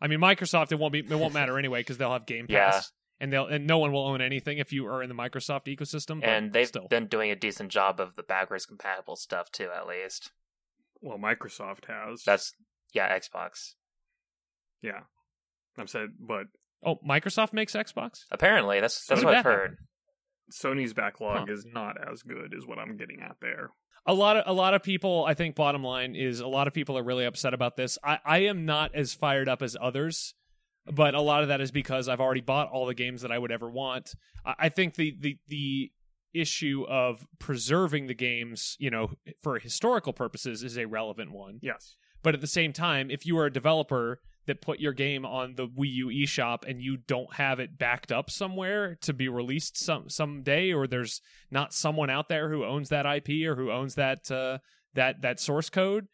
I mean, Microsoft it won't be it won't matter anyway because they'll have Game Pass.
Yeah.
and they'll and no one will own anything if you are in the Microsoft ecosystem. but
and they've
still,
been doing a decent job of the backwards compatible stuff too, at least.
Well, Microsoft has.
That's yeah, Xbox.
yeah. I'm said, but
oh, Microsoft makes Xbox.
Apparently, that's
So
that's
did
what
that
I've heard.
Sony's backlog
Huh.
is not as good, is what I'm getting at there.
a lot of a lot of people i think bottom line is a lot of people are really upset about this i i am not as fired up as others but a lot of that is because i've already bought all the games that i would ever want i, I think the the the issue of preserving the games you know for historical purposes is a relevant one
Yes.
but at the same time, if you are a developer that put your game on the Wii U eShop and you don't have it backed up somewhere to be released some someday, or there's not someone out there who owns that IP or who owns that uh, that that source code,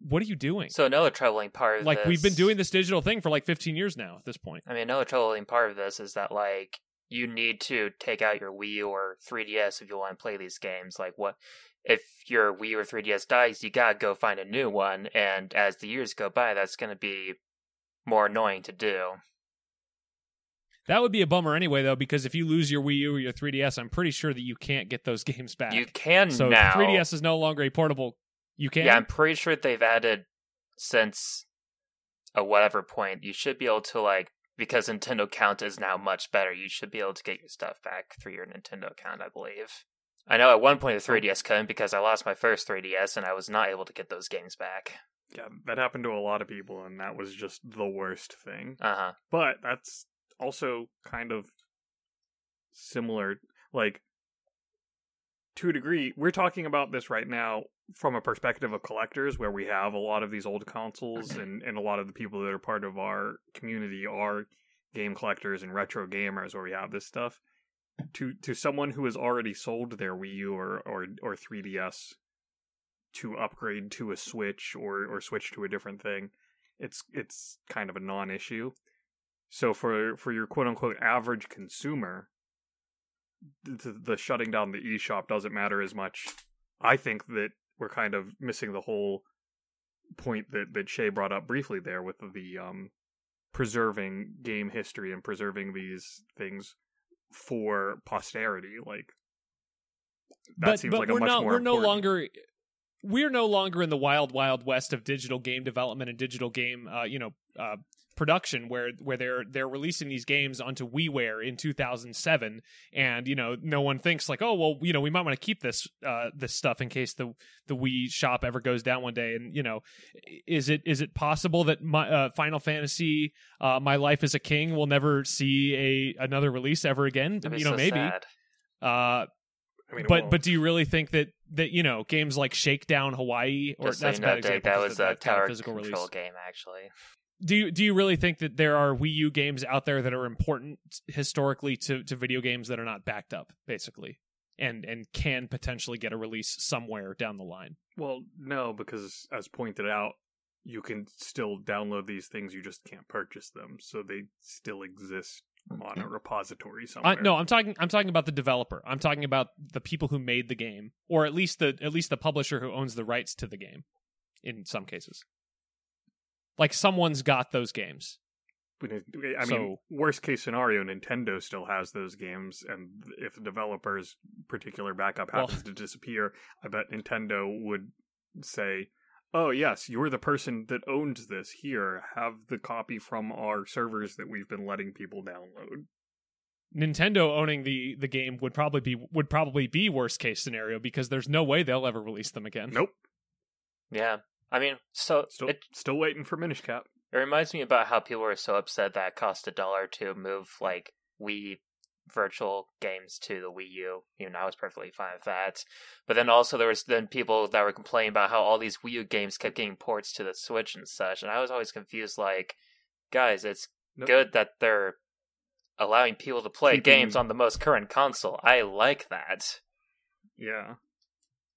what are you doing?
So another troubling part of
like
this,
we've been doing this digital thing for like 15 years now at this point.
I mean, another troubling part of this is that like you need to take out your Wii U or 3DS if you want to play these games. Like what if your Wii U or 3DS dies, you gotta go find a new one, and as the years go by, that's gonna be more annoying to do.
That would be a bummer anyway, though, because if you lose your Wii U or your 3DS, I'm pretty sure that you can't get those games back.
You can
so
now.
if 3DS is no longer a portable. You can.
Yeah, I'm pretty sure they've added since a whatever point you should be able to like because Nintendo account is now much better. You should be able to get your stuff back through your Nintendo account, I believe. I know at one point
Oh.
the 3DS couldn't because I lost my first 3DS and I was not able to get those games back.
Yeah, that happened to a lot of people, and that was just the worst thing.
Uh huh.
But that's also kind of similar. Like, to a degree, we're talking about this right now from a perspective of collectors where we have a lot of these old consoles, and, and a lot of the people that are part of our community are game collectors and retro gamers where we have this stuff. To to someone who has already sold their Wii U or, or, or 3DS to upgrade to a switch or or switch to a different thing it's it's kind of a non-issue so for for your quote unquote average consumer the, the shutting down the eShop doesn't matter as much i think that we're kind of missing the whole point that that Shay brought up briefly there with the um preserving game history and preserving these things for posterity like that
but,
seems
but
like
we're
a much
not,
more
we're no
important-
longer we're no longer in the wild wild west of digital game development and digital game uh, you know uh, production where where they're they're releasing these games onto WiiWare in 2007 and you know no one thinks like oh well you know we might want to keep this uh, this stuff in case the the Wii shop ever goes down one day and you know is it is it possible that my uh, Final Fantasy uh, My Life as a King will never see a another release ever again
That'd be
you know
so
maybe
sad.
uh
I mean, it
but
won't.
but do you really think that that you know games like Shakedown Hawaii or
Just so
that's
you
a
know,
bad
Dick,
example
that
'cause
was
that's
a
not a
tower
physical
control
release.
game actually.
Do you do you really think that there are Wii U games out there that are important historically to to video games that are not backed up basically and and can potentially get a release somewhere down the line?
Well, no, because as pointed out, you can still download these things. You just can't purchase them, so they still exist on a repository somewhere.
I, no, I'm talking I'm talking about the developer. I'm talking about the people who made the game or at least the at least the publisher who owns the rights to the game in some cases. Like someone's got those games.
But it- I mean,
So-
worst case scenario, Nintendo still has those games, and if the developer's particular backup
Well-
happens to disappear, I bet Nintendo would say, "Oh yes, you're the person that owned this. Here, have the copy from our servers that we've been letting people download."
Nintendo owning the the game would probably be would probably be worst case scenario because there's no way they'll ever release them again.
Nope,
Yeah. I mean, so
still
it
still waiting for Minish Cap.
It reminds me about how people were so upset that it cost a dollar to move like Wii virtual games to the Wii U. You know, I was perfectly fine with that. But then also there was then people that were complaining about how all these Wii U games kept getting ports to the Switch and such. And I was always confused, like, guys, it's
Nope.
good that they're allowing people to play
Keeping-
games on the most current console. I like that.
Yeah.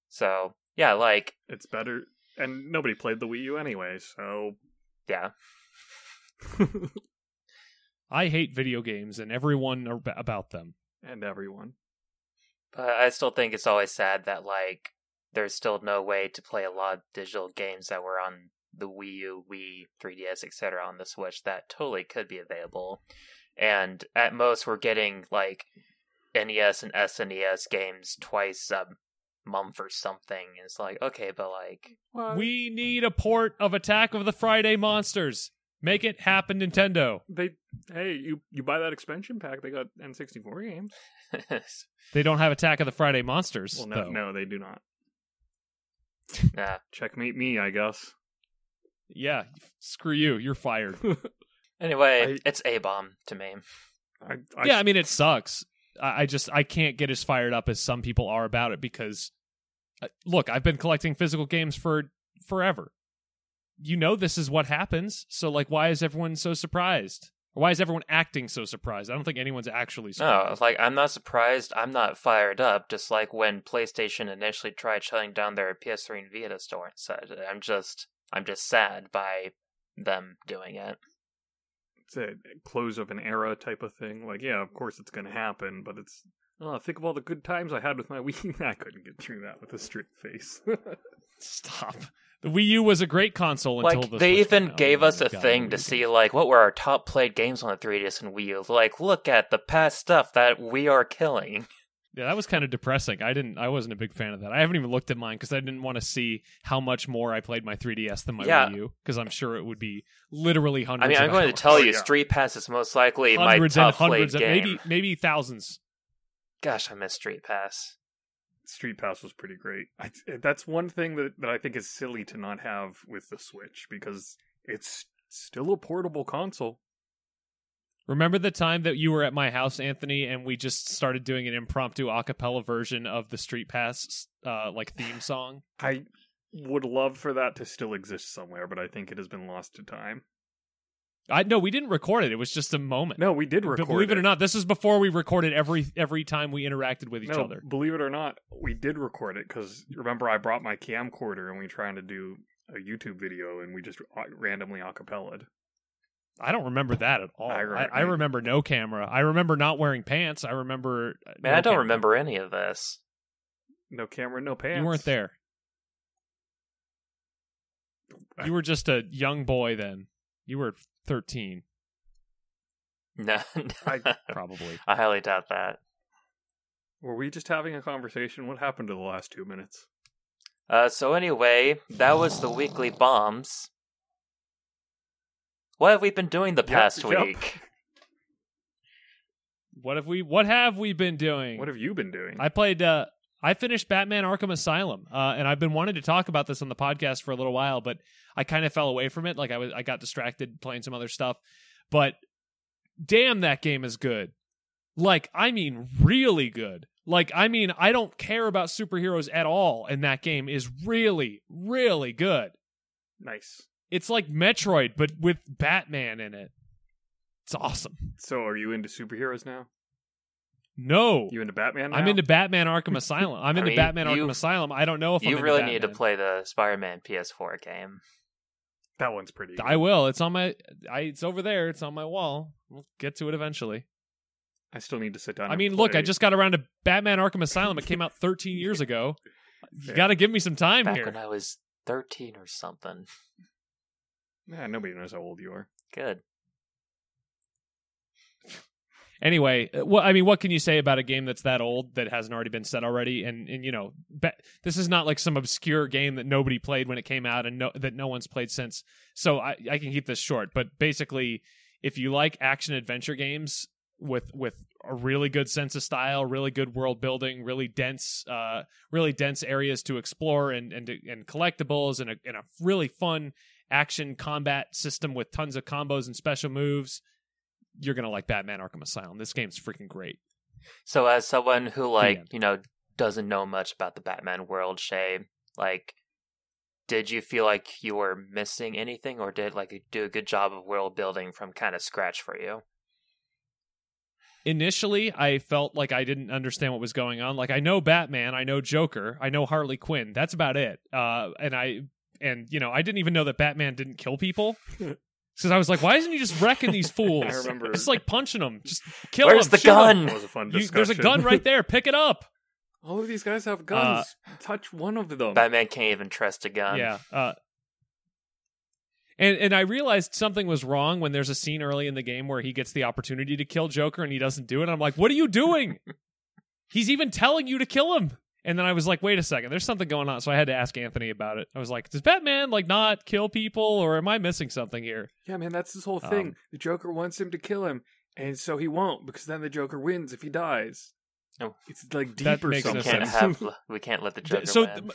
So yeah, like
It's better, and nobody played the Wii U anyway, so
yeah,
I hate video games and everyone ab- about them.
and everyone.
But I still think it's always sad that like there's still no way to play a lot of digital games that were on the Wii U, Wii, 3DS, etc. on the Switch, that totally could be available. And at most, we're getting like NES and SNES games twice a month or something. And it's like, okay, but like,
Uh,
We need a port of Attack of the Friday Monsters. Make it happen, Nintendo.
They hey, you you buy that expansion pack, they got N64 games.
They don't have Attack of the Friday Monsters.
Well, no,
though.
no, they do not.
nah,
Checkmate me, I guess.
Yeah, screw you. You're fired.
Anyway,
I-
it's a bomb to me.
I, I
yeah, I mean it sucks. I, I just I can't get as fired up as some people are about it because, uh, look, I've been collecting physical games for forever. You know this is what happens, so like, why is everyone so surprised? Or why is everyone acting so surprised? I don't think anyone's actually
No,
surprised.
like I'm not surprised. I'm not fired up. Just like when PlayStation initially tried shutting down their PS3 and Vita store and said, I'm just, I'm just sad by them doing it.
it's a close of an era type of thing. Like, yeah, of course it's gonna happen, but it's oh, think of all the good times I had with my Wii. I couldn't get through that with a straight face.
Stop. The Wii U was a great console until
like
the
they
Switch
even
came out. Oh
gave us a
God,
thing to see like what were our top played games on the 3ds and wii U. like look at the past stuff that we are killing
Yeah, that was kind of depressing. I didn't. I wasn't a big fan of that. I haven't even looked at mine because I didn't want to see how much more I played my 3ds than my
Yeah.
Wii U because I'm sure it would be literally hundreds.
i mean i'm
of
going to
hours.
tell
Oh,
you
yeah.
street pass is most likely my
hundreds
top
and hundreds,
played
of,
game
maybe maybe thousands.
gosh i miss street pass
Street Pass was pretty great. I, eh, that's one thing that, that I think is silly to not have with the Switch because it's still a portable console.
Remember the time that you were at my house, Anthony, and we just started doing an impromptu a cappella version of the Street Pass uh, like theme song?
I would love for that to still exist somewhere, but I think it has been lost to time.
I no, we didn't record it. It was just a moment.
No, we did
But
record.
believe it.
it
or not, this is before we recorded every every time we interacted with each
no,
other.
Believe it or not, we did record it because remember I brought my camcorder and we were trying to do a YouTube video and we just a- randomly acapella.
I don't remember that at all.
I
I,
remember-
I remember no camera. I remember not wearing pants. I remember. uh,
man
no
i don't
camera.
remember any of this
No camera, no pants.
You weren't there. You were just a young boy then. You were thirteen,
no
I-
I,
probably.
highly doubt that
Were we just having a conversation? What happened to the last two minutes?
uh, so anyway that was the weekly bombs what have we been doing the
Yep,
past
yep.
week
what have we? What have we been doing?
What have you been doing?
I played. Uh, I finished Batman: Arkham Asylum, uh, and I've been wanting to talk about this on the podcast for a little while, but I kind of fell away from it. Like I was, I got distracted playing some other stuff. But damn, that game is good. Like I mean, really good. Like I mean, I don't care about superheroes at all, and that game is really, really good.
nice.
It's like Metroid, but with Batman in it. It's awesome.
So, are you into superheroes now?
No,
You into Batman?
I'm
now?
into Batman: Arkham Asylum. I'm
I
into
mean,
Batman:
you-
Arkham Asylum. I don't know if I'm
you
into
really need to
Batman.
play the spider-man ps4 game
that one's pretty.
I will. It's on my. I. It's over there. It's on my wall. We'll get to it eventually.
I still need to sit down.
I
and
mean, look.
play.
I just got around to Batman: Arkham Asylum. It came out 13 years ago. You
Fair.
got to give me some time
back
here.
when I was 13 or something.
Nah, nobody knows how old you are.
Good.
Anyway, uh, what I mean, what can you say about a game that's that old that hasn't already been said already? And and you know, ba- this is not like some obscure game that nobody played when it came out and no, that no one's played since. So I I can keep this short, but basically, if you like action adventure games with with a really good sense of style, really good world building, really dense uh really dense areas to explore and and and collectibles and a and a really fun action combat system with tons of combos and special moves you're gonna like Batman Arkham Asylum. This game's freaking great.
So, as someone who, like,
Yeah.
you know, doesn't know much about the Batman world, Shay, like, did you feel like you were missing anything or did, like, it do a good job of world building from kind of scratch for you?
Initially, I felt like I didn't understand what was going on. Like I know Batman, I know Joker, I know Harley Quinn. That's about it. Uh, and I and you know I didn't even know that Batman didn't kill people because I was like, why isn't he just wrecking these fools?
I remember.
Just like punching them, just kill
Where's
them.
the
shoot 'em.
gun?
That was a fun
You-
discussion.
there's a gun Uh, right there. Pick it up.
All of these guys have
Um,
guns. Touch one of them.
Batman can't even trust a gun.
Yeah. Uh, And and I realized something was wrong when there's a scene early in the game where he gets the opportunity to kill Joker and he doesn't do it. I'm like, what are you doing? He's even telling you to kill him. And then I was like, wait a second, there's something going on. So I had to ask Anthony about it. I was like, does Batman like not kill people or am I missing something here?
Yeah, man, that's this whole thing.
Um,
the Joker wants him to kill him, and so he won't because then the Joker wins if he dies.
No.
It's like deep
That
or
makes no
something.
We can't
sense.
have we can't let the
Th-
Joker
so
win.
th-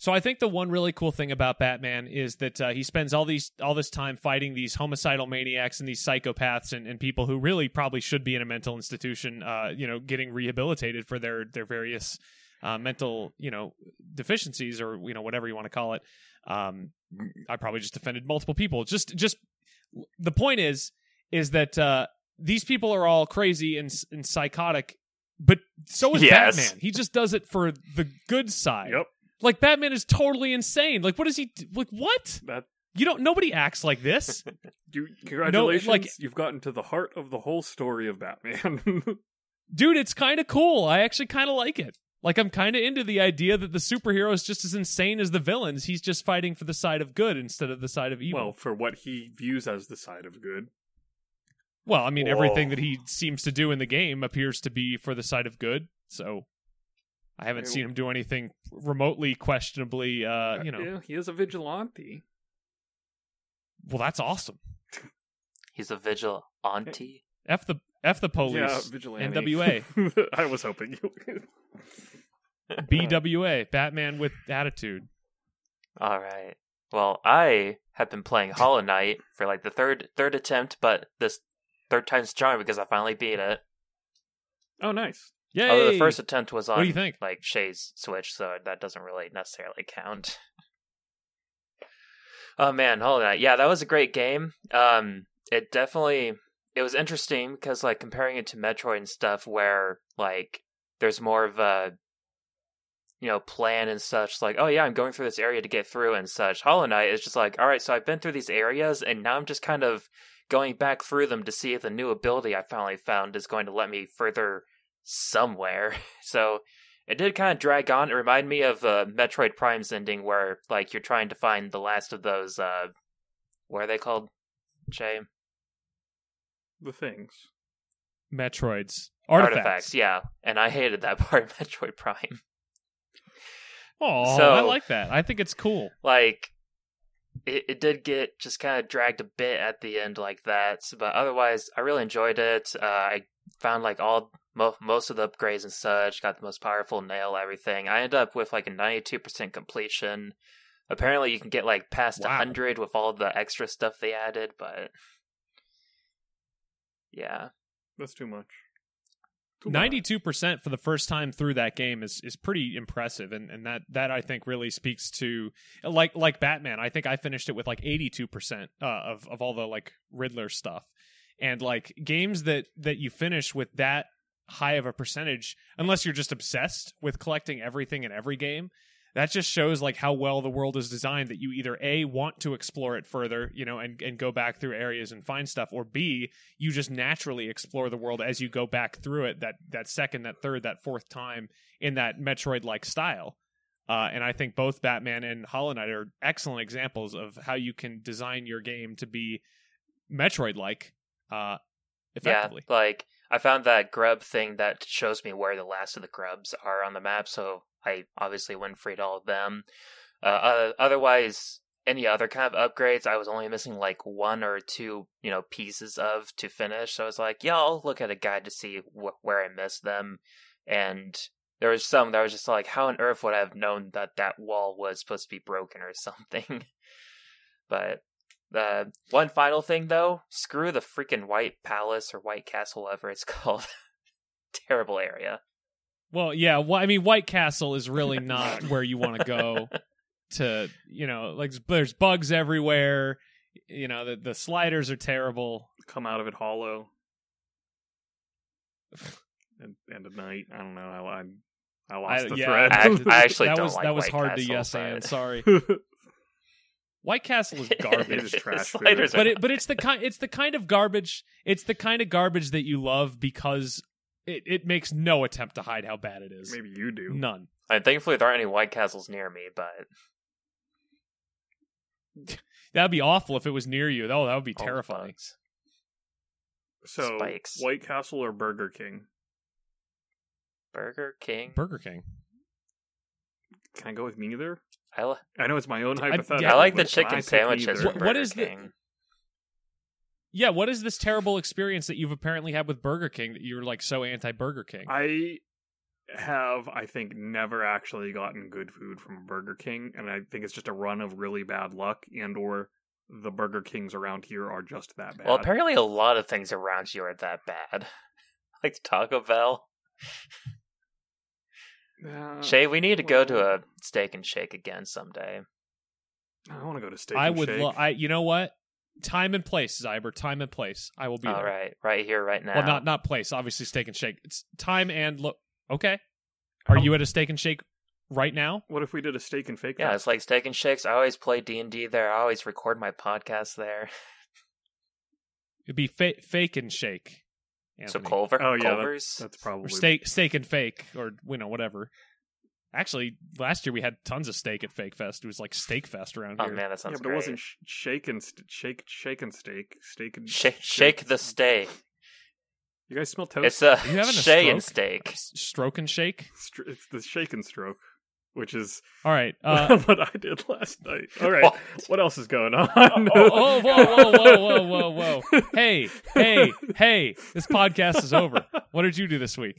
so I think the one really cool thing about Batman is that uh, he spends all these all this time fighting these homicidal maniacs and these psychopaths and, and people who really probably should be in a mental institution, uh, you know, getting rehabilitated for their their various uh, mental you know deficiencies or you know whatever you want to call it. Um, I probably just offended multiple people. Just just the point is is that uh, these people are all crazy and, and psychotic, but so is
Yes.
Batman. He just does it for the good side.
Yep.
Like Batman is totally insane. Like what is he like what?
That
You don't nobody acts like this.
you congratulations,
like-
you've gotten to the heart of the whole story of Batman.
Dude, it's kind of cool. I actually kind of like it. Like I'm kind of into the idea that the superhero is just as insane as the villains. He's just fighting for the side of good instead of the side of evil.
well, for what he views as the side of good.
Well, I mean, everything
Whoa.
that he seems to do in the game appears to be for the side of good. So, I haven't
Yeah.
seen him do anything remotely questionably. Uh, you know,
Yeah, he is a vigilante.
well, that's awesome.
He's a vigilante.
F the f the
Yeah,
police.
vigilante.
NWA.
I was hoping you would.
BWA, Batman with attitude.
All right. Well, I have been playing Hollow Knight for like the third third attempt, but this third time's the charm because I finally beat it.
Oh, nice.
Yay!
Although the first attempt was on
What do you think?
like Shay's Switch, so that doesn't really necessarily count. oh man, hold on. Yeah, that was a great game. Um it definitely it was interesting because like comparing it to Metroid and stuff where like there's more of a you know plan and such like oh yeah i'm going through this area to get through and such hollow knight is just like all right so i've been through these areas and now i'm just kind of going back through them to see if the new ability i finally found is going to let me further somewhere so it did kind of drag on it reminded me of uh, metroid prime's ending where like you're trying to find the last of those uh what are they called Shay?
The things.
Metroids artifacts.
yeah and i hated that part of metroid prime
Oh,
So-
I like that. I think it's cool.
like it, it did get just kind of dragged a bit at the end like that so- but otherwise i really enjoyed it uh, i found like all mo- most of the upgrades and such got the most powerful nail everything i ended up with like a 92% completion apparently you can get like past a
Wow.
100 with all the extra stuff they added but yeah
That's too much. Too much.
Ninety-two percent for the first time through that game is is pretty impressive, and and that that I think really speaks to like like Batman. I think I finished it with like eighty-two percent uh, of of all the like Riddler stuff, and like games that that you finish with that high of a percentage, unless you're just obsessed with collecting everything in every game. That just shows like how well the world is designed that you either A want to explore it further, you know, and, and go back through areas and find stuff, or B, you just naturally explore the world as you go back through it that that second that third that fourth time in that metroid like style uh, and i think both batman and hollow knight are excellent examples of how you can design your game to be metroid like uh, effectively
Yeah, like I found that grub thing that shows me where the last of the grubs are on the map, so I obviously went free to all of them. Uh, uh, otherwise, any other kind of upgrades, I was only missing like one or two, you know, pieces of to finish. So I was like, yeah, I'll look at a guide to see wh- where I missed them. And there was some that was just like, how on earth would I have known that that wall was supposed to be broken or something? but the one final thing though, screw the freaking White Palace or White Castle, whatever it's called. Terrible area.
well yeah well, i mean white castle is really not where you want to go to you know like there's bugs everywhere you know the, the sliders are terrible
Come out of it hollow. and, and at night, I don't know. I, I, I lost
I-
the
yeah,
thread.
I act- I actually
that
don't
was
like
that was
White
hard to
Castle,
yes
but-
and sorry White Castle is
It is
garbage.
trash food.
Sliders
but it but it's the kind it's the kind of garbage it's the kind of garbage that you love because it, it makes no attempt to hide how bad it is.
Maybe you do.
None.
And thankfully, there aren't any White Castles near me, but
That'd be awful if it was near you. Oh, that would be
Oh,
terrifying.
bugs.
So
Spikes.
White Castle or Burger King?
Burger King.
Burger King.
Can I go with neither?
I, li-
I know it's my own
I-
hypothetical.
yeah,
I like the
but can I
chicken
pick
sandwiches.
neither?
from
What- what
Burger
is the-
King.
Yeah, what is this terrible experience that you've apparently had with Burger King that you're like so anti Burger King?
I have, I think, never actually gotten good food from Burger King, and I think it's just a run of really bad luck, and or the Burger Kings around here are just that bad.
Well, apparently a lot of things around you are that bad. like Taco Bell.
Hmm.
Uh,
Shay, we need to go to
well.
a Steak and Shake again someday.
I want to go to Steak.
I
and
would
Shake.
lo- I you know what? Time and place, Zyber. Time and place. I will be
All
there.
right, right here, right now.
Well, not not place. Obviously, steak and shake. It's time and look. Okay. Are
How-
you at a steak and shake right now?
What if we did a Steak and Fake?
yeah,
Fest?
it's like Steak and Shakes. I always play D and D there. I always record my podcast there.
It'd be fa- fake and shake. Anthony.
So Culver,
Oh, yeah, that-
Culver's.
that's probably
Or steak, steak and fake, or you know whatever. Actually, last year we had tons of steak at Fake Fest. It was like Steak Fest around
oh
here.
man, that sounds
yeah, but
great.
it wasn't sh- shake and st- shake, shake and steak, steak and
Sh- shake the steak.
You guys smell toast?
It's a
you having a
Shay and
stroke?
steak.
S- Stroke and shake.
Str- it's the shake and stroke, which is
All right. Uh,
what I did last night. All right,
What?
what else is going on?
oh, oh, whoa, whoa, whoa, whoa, whoa, whoa! Hey, hey, hey! This podcast is over. What did you do this week?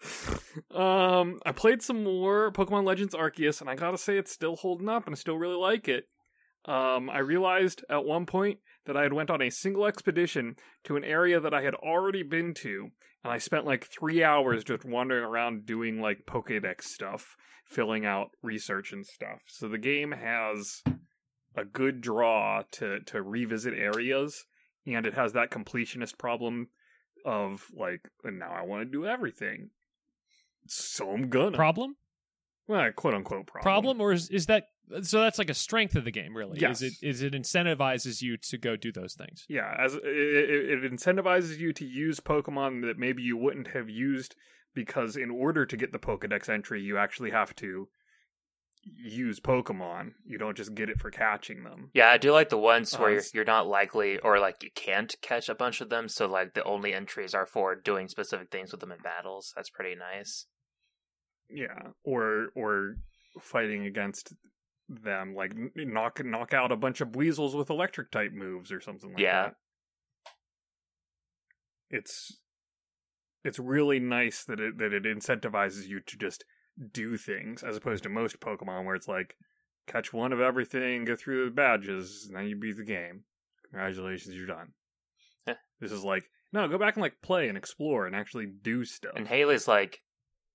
Um, I played some more Pokemon Legends Arceus, and I gotta say it's still holding up, and I still really like it. Um, I realized at one point that I had went on a single expedition to an area that I had already been to, and I spent like three hours just wandering around doing like Pokedex stuff, filling out research and stuff. So the game has a good draw to to revisit areas, and it has that completionist problem of like, now I want to do everything. So I'm gonna.
Problem?
well, quote unquote problem.
problem or is, is that so that's like a strength of the game really
Yes.
is it is it incentivizes you to go do those things
Yeah, as it, it it incentivizes you to use Pokemon that maybe you wouldn't have used because in order to get the Pokedex entry, you actually have to use Pokemon. You don't just get it for catching them.
Yeah, I do like the ones
Uh,
where you're,
it's-
you're not likely or like you can't catch a bunch of them. So like the only entries are for doing specific things with them in battles. That's pretty nice.
Yeah, or or fighting against them like n- knock knock out a bunch of weasels with electric type moves or something like
Yeah.
that. It's it's really nice that it that it incentivizes you to just do things as opposed to most Pokemon where it's like catch one of everything, go through the badges, and then you beat the game. Congratulations, you're done.
Huh.
this is like no, go back and like play and explore and actually do stuff.
And Haley's like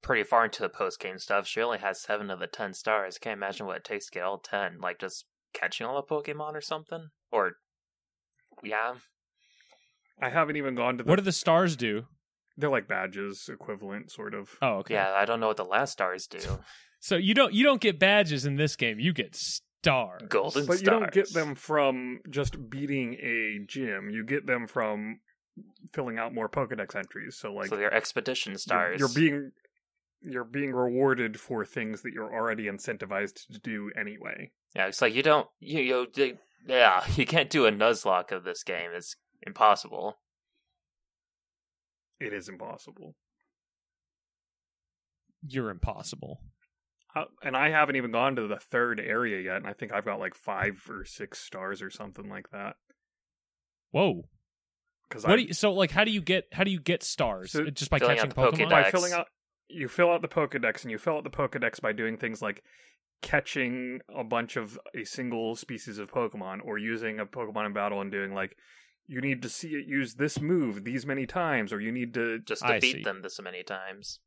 pretty far into the post game stuff. She only has seven of the ten stars. Can't imagine what it takes to get all ten. Like just catching all the Pokemon or something. Or yeah,
I haven't even gone to the
what do the stars do
they're like badges equivalent sort of
oh okay
yeah. I don't know what the last stars do.
so you don't you don't get badges in this game you get stars
Golden
but
stars.
you don't get them from just beating a gym you get them from filling out more pokédex entries so like
so they're expedition
you're,
stars.
you're being you're being rewarded for things that you're already incentivized to do anyway
Yeah, it's like you don't you you they- yeah you can't do a Nuzlocke of this game. It's impossible.
it is impossible
you're impossible
How- Uh, and i haven't even gone to the third area yet and i think i've got like five or six stars or something like that
whoa
because
what do you, so like how do you get how do you get stars
So-
just by
Filling
catching
out the
pokemon
by
Pokedex.
filling out you fill out the pokédex and you fill out the pokédex by doing things like catching a bunch of a single species of pokemon or using a pokemon in battle and doing like you need to see it use this move these many times or you need to
Just
I
defeat
see.
them this many times.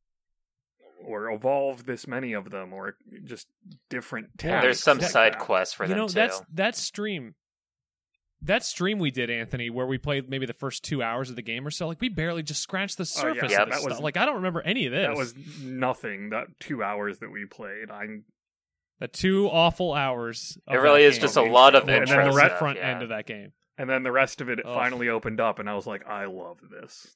or evolve this many of them or just different
Yeah,
tasks
There's some
like
side
that.
quests for
you
them
know
too.
that's that stream that stream we did anthony where we played maybe the first two hours of the game or so like we barely just scratched the
Oh, yeah.
surface
Yeah,
of this
that was-
stuff. like i don't remember any of this
that was nothing that two hours that we played i
The two awful hours. of
It really
that
is
game.
just a lot of
Well, and
intro
then the
stuff,
red front
yeah.
end of that game.
and then the rest of it
Oh.
finally opened up and i was like i love this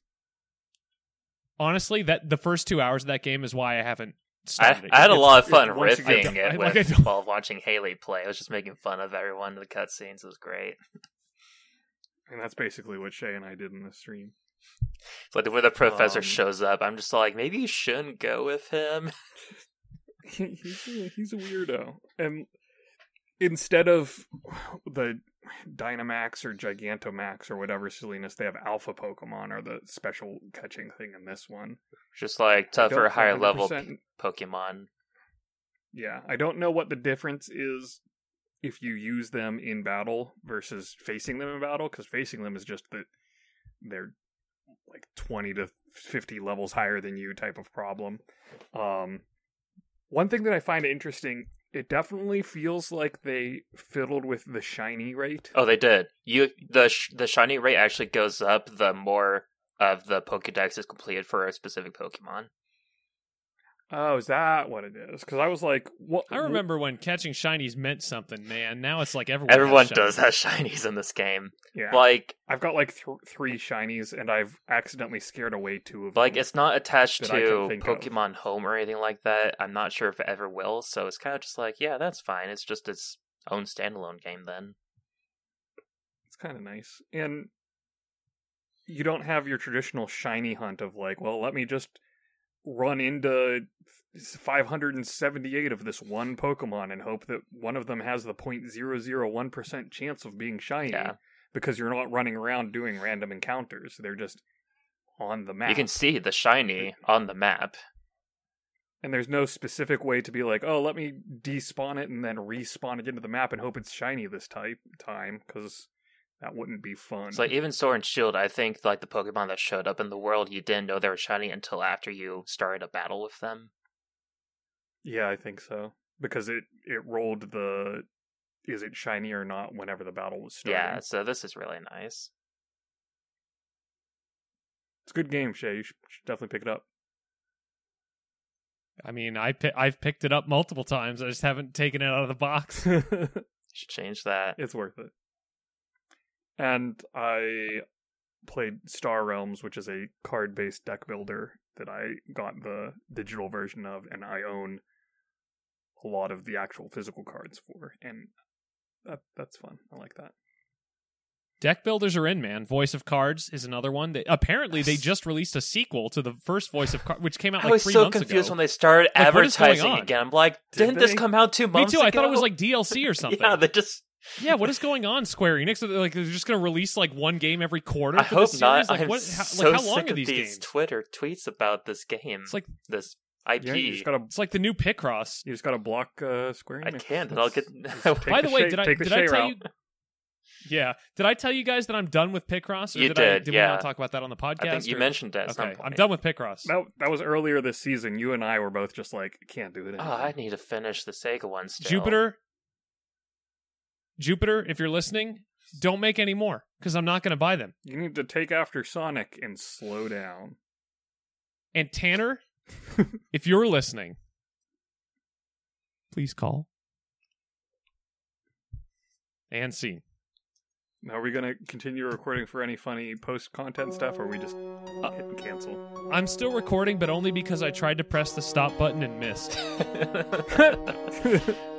Honestly, that the first two hours of that game is why I haven't
I,
started it.
I had a
It's-
lot of fun
it- once you get
riffing
done- I-
it
like,
with,
I don't-
while watching Haley play. I was just making fun of everyone in the cutscenes. It was great.
And that's basically what Shay and I did in the stream.
Like when the professor
Um,
shows up, I'm just like, maybe you shouldn't go with him.
he's, a, he's a weirdo. And instead of the Dynamax or Gigantamax or whatever silliness, they have Alpha Pokemon or the special catching thing in this one.
Just like tougher,
Don't
Uh, higher level
100%
Pokemon.
Yeah, I don't know what the difference is if you use them in battle versus facing them in battle, because facing them is just that they're like twenty to fifty levels higher than you type of problem. Um, one thing that I find interesting, it definitely feels like they fiddled with the shiny rate.
Oh, they did. You the sh- the shiny rate actually goes up the more of the Pokédex is completed for a specific Pokemon.
Oh, is that what it is? Because I was like, what?
I remember when catching shinies meant something, man. Now it's like everyone. has
Everyone
shinies.
does have shinies in this game.
Yeah,
Like
I've got like th- three shinies, and I've accidentally scared away two of
like
them.
it's not attached
That I can
to
think of.
Pokemon Home or anything like that. I'm not sure if it ever will. So it's kind of just like, yeah, that's fine. It's just its own standalone game then.
It's kind of nice. And you don't have your traditional shiny hunt of like, well, let me just run into 578 of this one Pokemon and hope that one of them has the 0.001% chance of being shiny
Yeah.
because you're not running around doing random encounters. They're just on the map.
You can see the shiny on the map.
and there's no specific way to be like, oh, let me despawn it and then respawn it into the map and hope it's shiny this type time because that wouldn't be fun.
It's like even Sword and Shield, I think like the Pokemon that showed up in the world, you didn't know they were shiny until after you started a battle with them.
Yeah, I think so because it it rolled the is it shiny or not whenever the battle was starting.
Yeah, so this is really nice.
it's a good game, Shay. You should, should definitely pick it up.
I mean, I pi- I've picked it up multiple times. I just haven't taken it out of the box.
Should change that.
it's worth it. And I played Star Realms, which is a card based deck builder that I got the digital version of, and I own a lot of the actual physical cards for, and that that's fun. I like that.
Deck builders are in, man. Voice of Cards is another one. They, apparently, they just released a sequel to the first Voice of Cards, which came out
I
like
was
three
so
months
confused
ago.
when they started
Like, what is going
advertising
on?
again. I'm like,
Did
didn't this
they?
come out two
Me
months
too.
ago?
I thought it was like DLC or something.
"Oh." Yeah, they just.
Yeah, what is going on, Square Enix? Are they, Like they're just going to release like one game every quarter.
I
for
hope
this
not.
series? Like
I'm
what? How,
so
like how long
sick
are
of
these,
these
games?
Twitter tweets about this game.
It's like
this IP.
Yeah, you just gotta
it's like the new Picross.
you just gotta block uh, Square
I
Enix.
can't, and I'll
That's-
get.
Take
By the,
the
way,
Shay-
did I
take the
did
Shay
I tell
route.
you? Yeah, did I tell you guys that I'm done with Picross? Or
You
did, I,
did,
did
yeah.
we not talk about that on the podcast?
I think you
or-
mentioned that. At some
Okay,
point.
I'm done with Picross.
That that was earlier this season. You and I were both just like, can't do it.
Oh,
Anymore.
I need to finish the Sega one. Still.
Jupiter, Jupiter, if you're listening, don't make any more because I'm not going to buy them.
You need to take after Sonic and slow down.
And Tanner, if you're listening, please call. And scene.
Now, are we gonna continue recording for any funny post content stuff, or we just uh, hit cancel?
I'm still recording, but only because I tried to press the stop button and missed.
Jupiter.